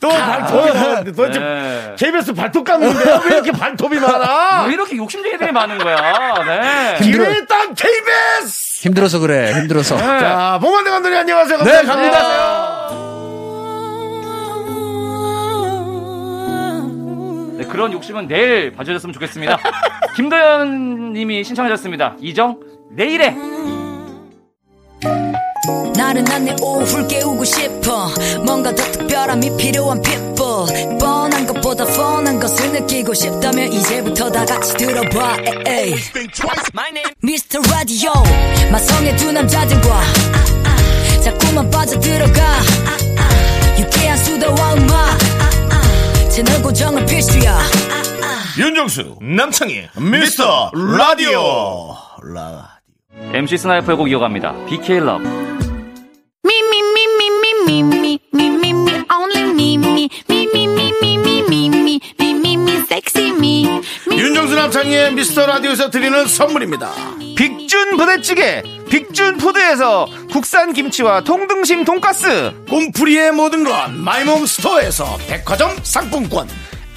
A: 또 발톱이 나왔는데 도대체
B: 네.
A: KBS 발톱 깎는데요? 왜 이렇게
E: <laughs>
A: 발톱이 많아?
B: 왜 이렇게 욕심쟁이들이 많은 거야? 네.
A: 기회의 땅 KBS!
I: 힘들어서 그래. 힘들어서.
A: 자, 봉만대 감독님 안녕하세요.
I: 네,
A: 감사합니다.
I: 갑니다.
B: 네, 그런 욕심은 내일 봐주셨으면
A: <laughs>
B: 좋겠습니다. 김도현 님이 신청하셨습니다. 이정, 내일에!
K: 나른한 내 오후를 깨우고 싶어 뭔가 더 특별함이 필요한 people 뻔한 것보다 뻔한 것을 느끼고 싶다면 이제부터 다 같이 들어봐 에이. Mr. Radio 마성의 두 남자들과 자꾸만 빠져들어가 유쾌한 수다와 음악 채널 고정은 필수야
E: 윤정수 남창희 미스터 라디오 라
B: MC 스나이퍼의 곡 이어갑니다. BK Love.
D: Me, me, me, me, me, me, me, me, me, me, only me, me, me, me, me, me, me, me, me, me, me, me, sexy me. me.
A: 윤정수 남창희의 미스터 라디오에서 드리는 선물입니다.
E: 빅준 부대찌개 빅준 푸드에서 국산 김치와 통등심 돈가스
A: 꿈풀이의 모든 건 마이몸 스토어에서 백화점 상품권.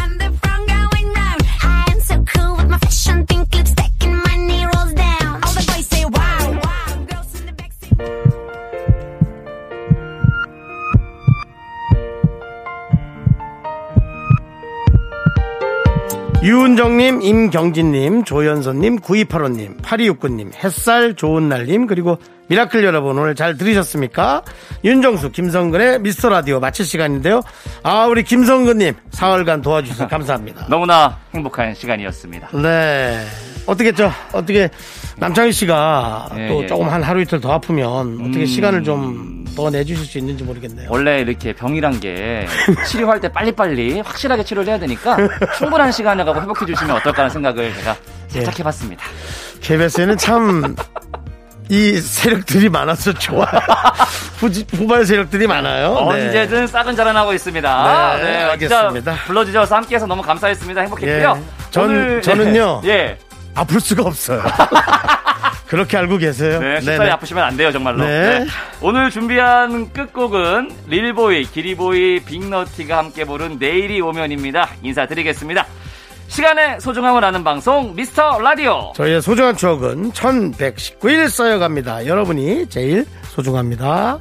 D: I'm the front going round. I am so cool with my fashion, pink lipstick and my knee rolls down. All the boys say wow, wow. Girls in the back say
A: 유은정님, 임경진님, 조연선님, 9285님, 8269님, 햇살 좋은 날님, 그리고 미라클 여러분 오늘 잘 들으셨습니까? 윤정수, 김성근의 미스터 라디오 마칠 시간인데요. 아, 우리 김성근님, 4월간 도와주셔서 감사합니다.
B: 너무나 행복한 시간이었습니다.
A: 네. 어떻게, 저, 어떻게, 남창희 씨가
B: 예,
A: 또
B: 예. 음.
A: 조금 한 하루 이틀 더 아프면 어떻게 시간을 좀 더 내주실 수 있는지 모르겠네요.
B: 원래 이렇게
A: <laughs>
B: 병이란 게 치료할 때 빨리빨리 확실하게 치료를 해야 되니까 충분한 시간을 가고
A: 예.
B: 회복해 주시면 어떨까라는 생각을 제가 살짝 해봤습니다.
A: KBS에는 참 이 세력들이 많아서 좋아요. <laughs> 후지, 후발 세력들이 많아요.
B: 어,
A: 네.
B: 언제든 싹은 자라나고 있습니다.
A: 네,
B: 진짜
A: 알겠습니다.
B: 불러주셔서 함께해서 너무 감사했습니다. 행복했고요.
A: 예. 전-
B: 오늘-
A: 저는요.
B: <laughs> 예.
A: 아플 수가 없어요. <laughs> 그렇게 알고 계세요.
B: 네,
A: 네네.
B: 식사에 아프시면 안 돼요, 정말로.
A: 네.
B: 네. 오늘 준비한 끝곡은 릴보이, 기리보이, 빅너티가 함께 부른 내일이 오면입니다. 인사드리겠습니다. 시간의 소중함을 아는 방송 미스터 라디오.
A: 저희의 소중한 추억은 1119일 쌓여갑니다. 여러분이 제일 소중합니다.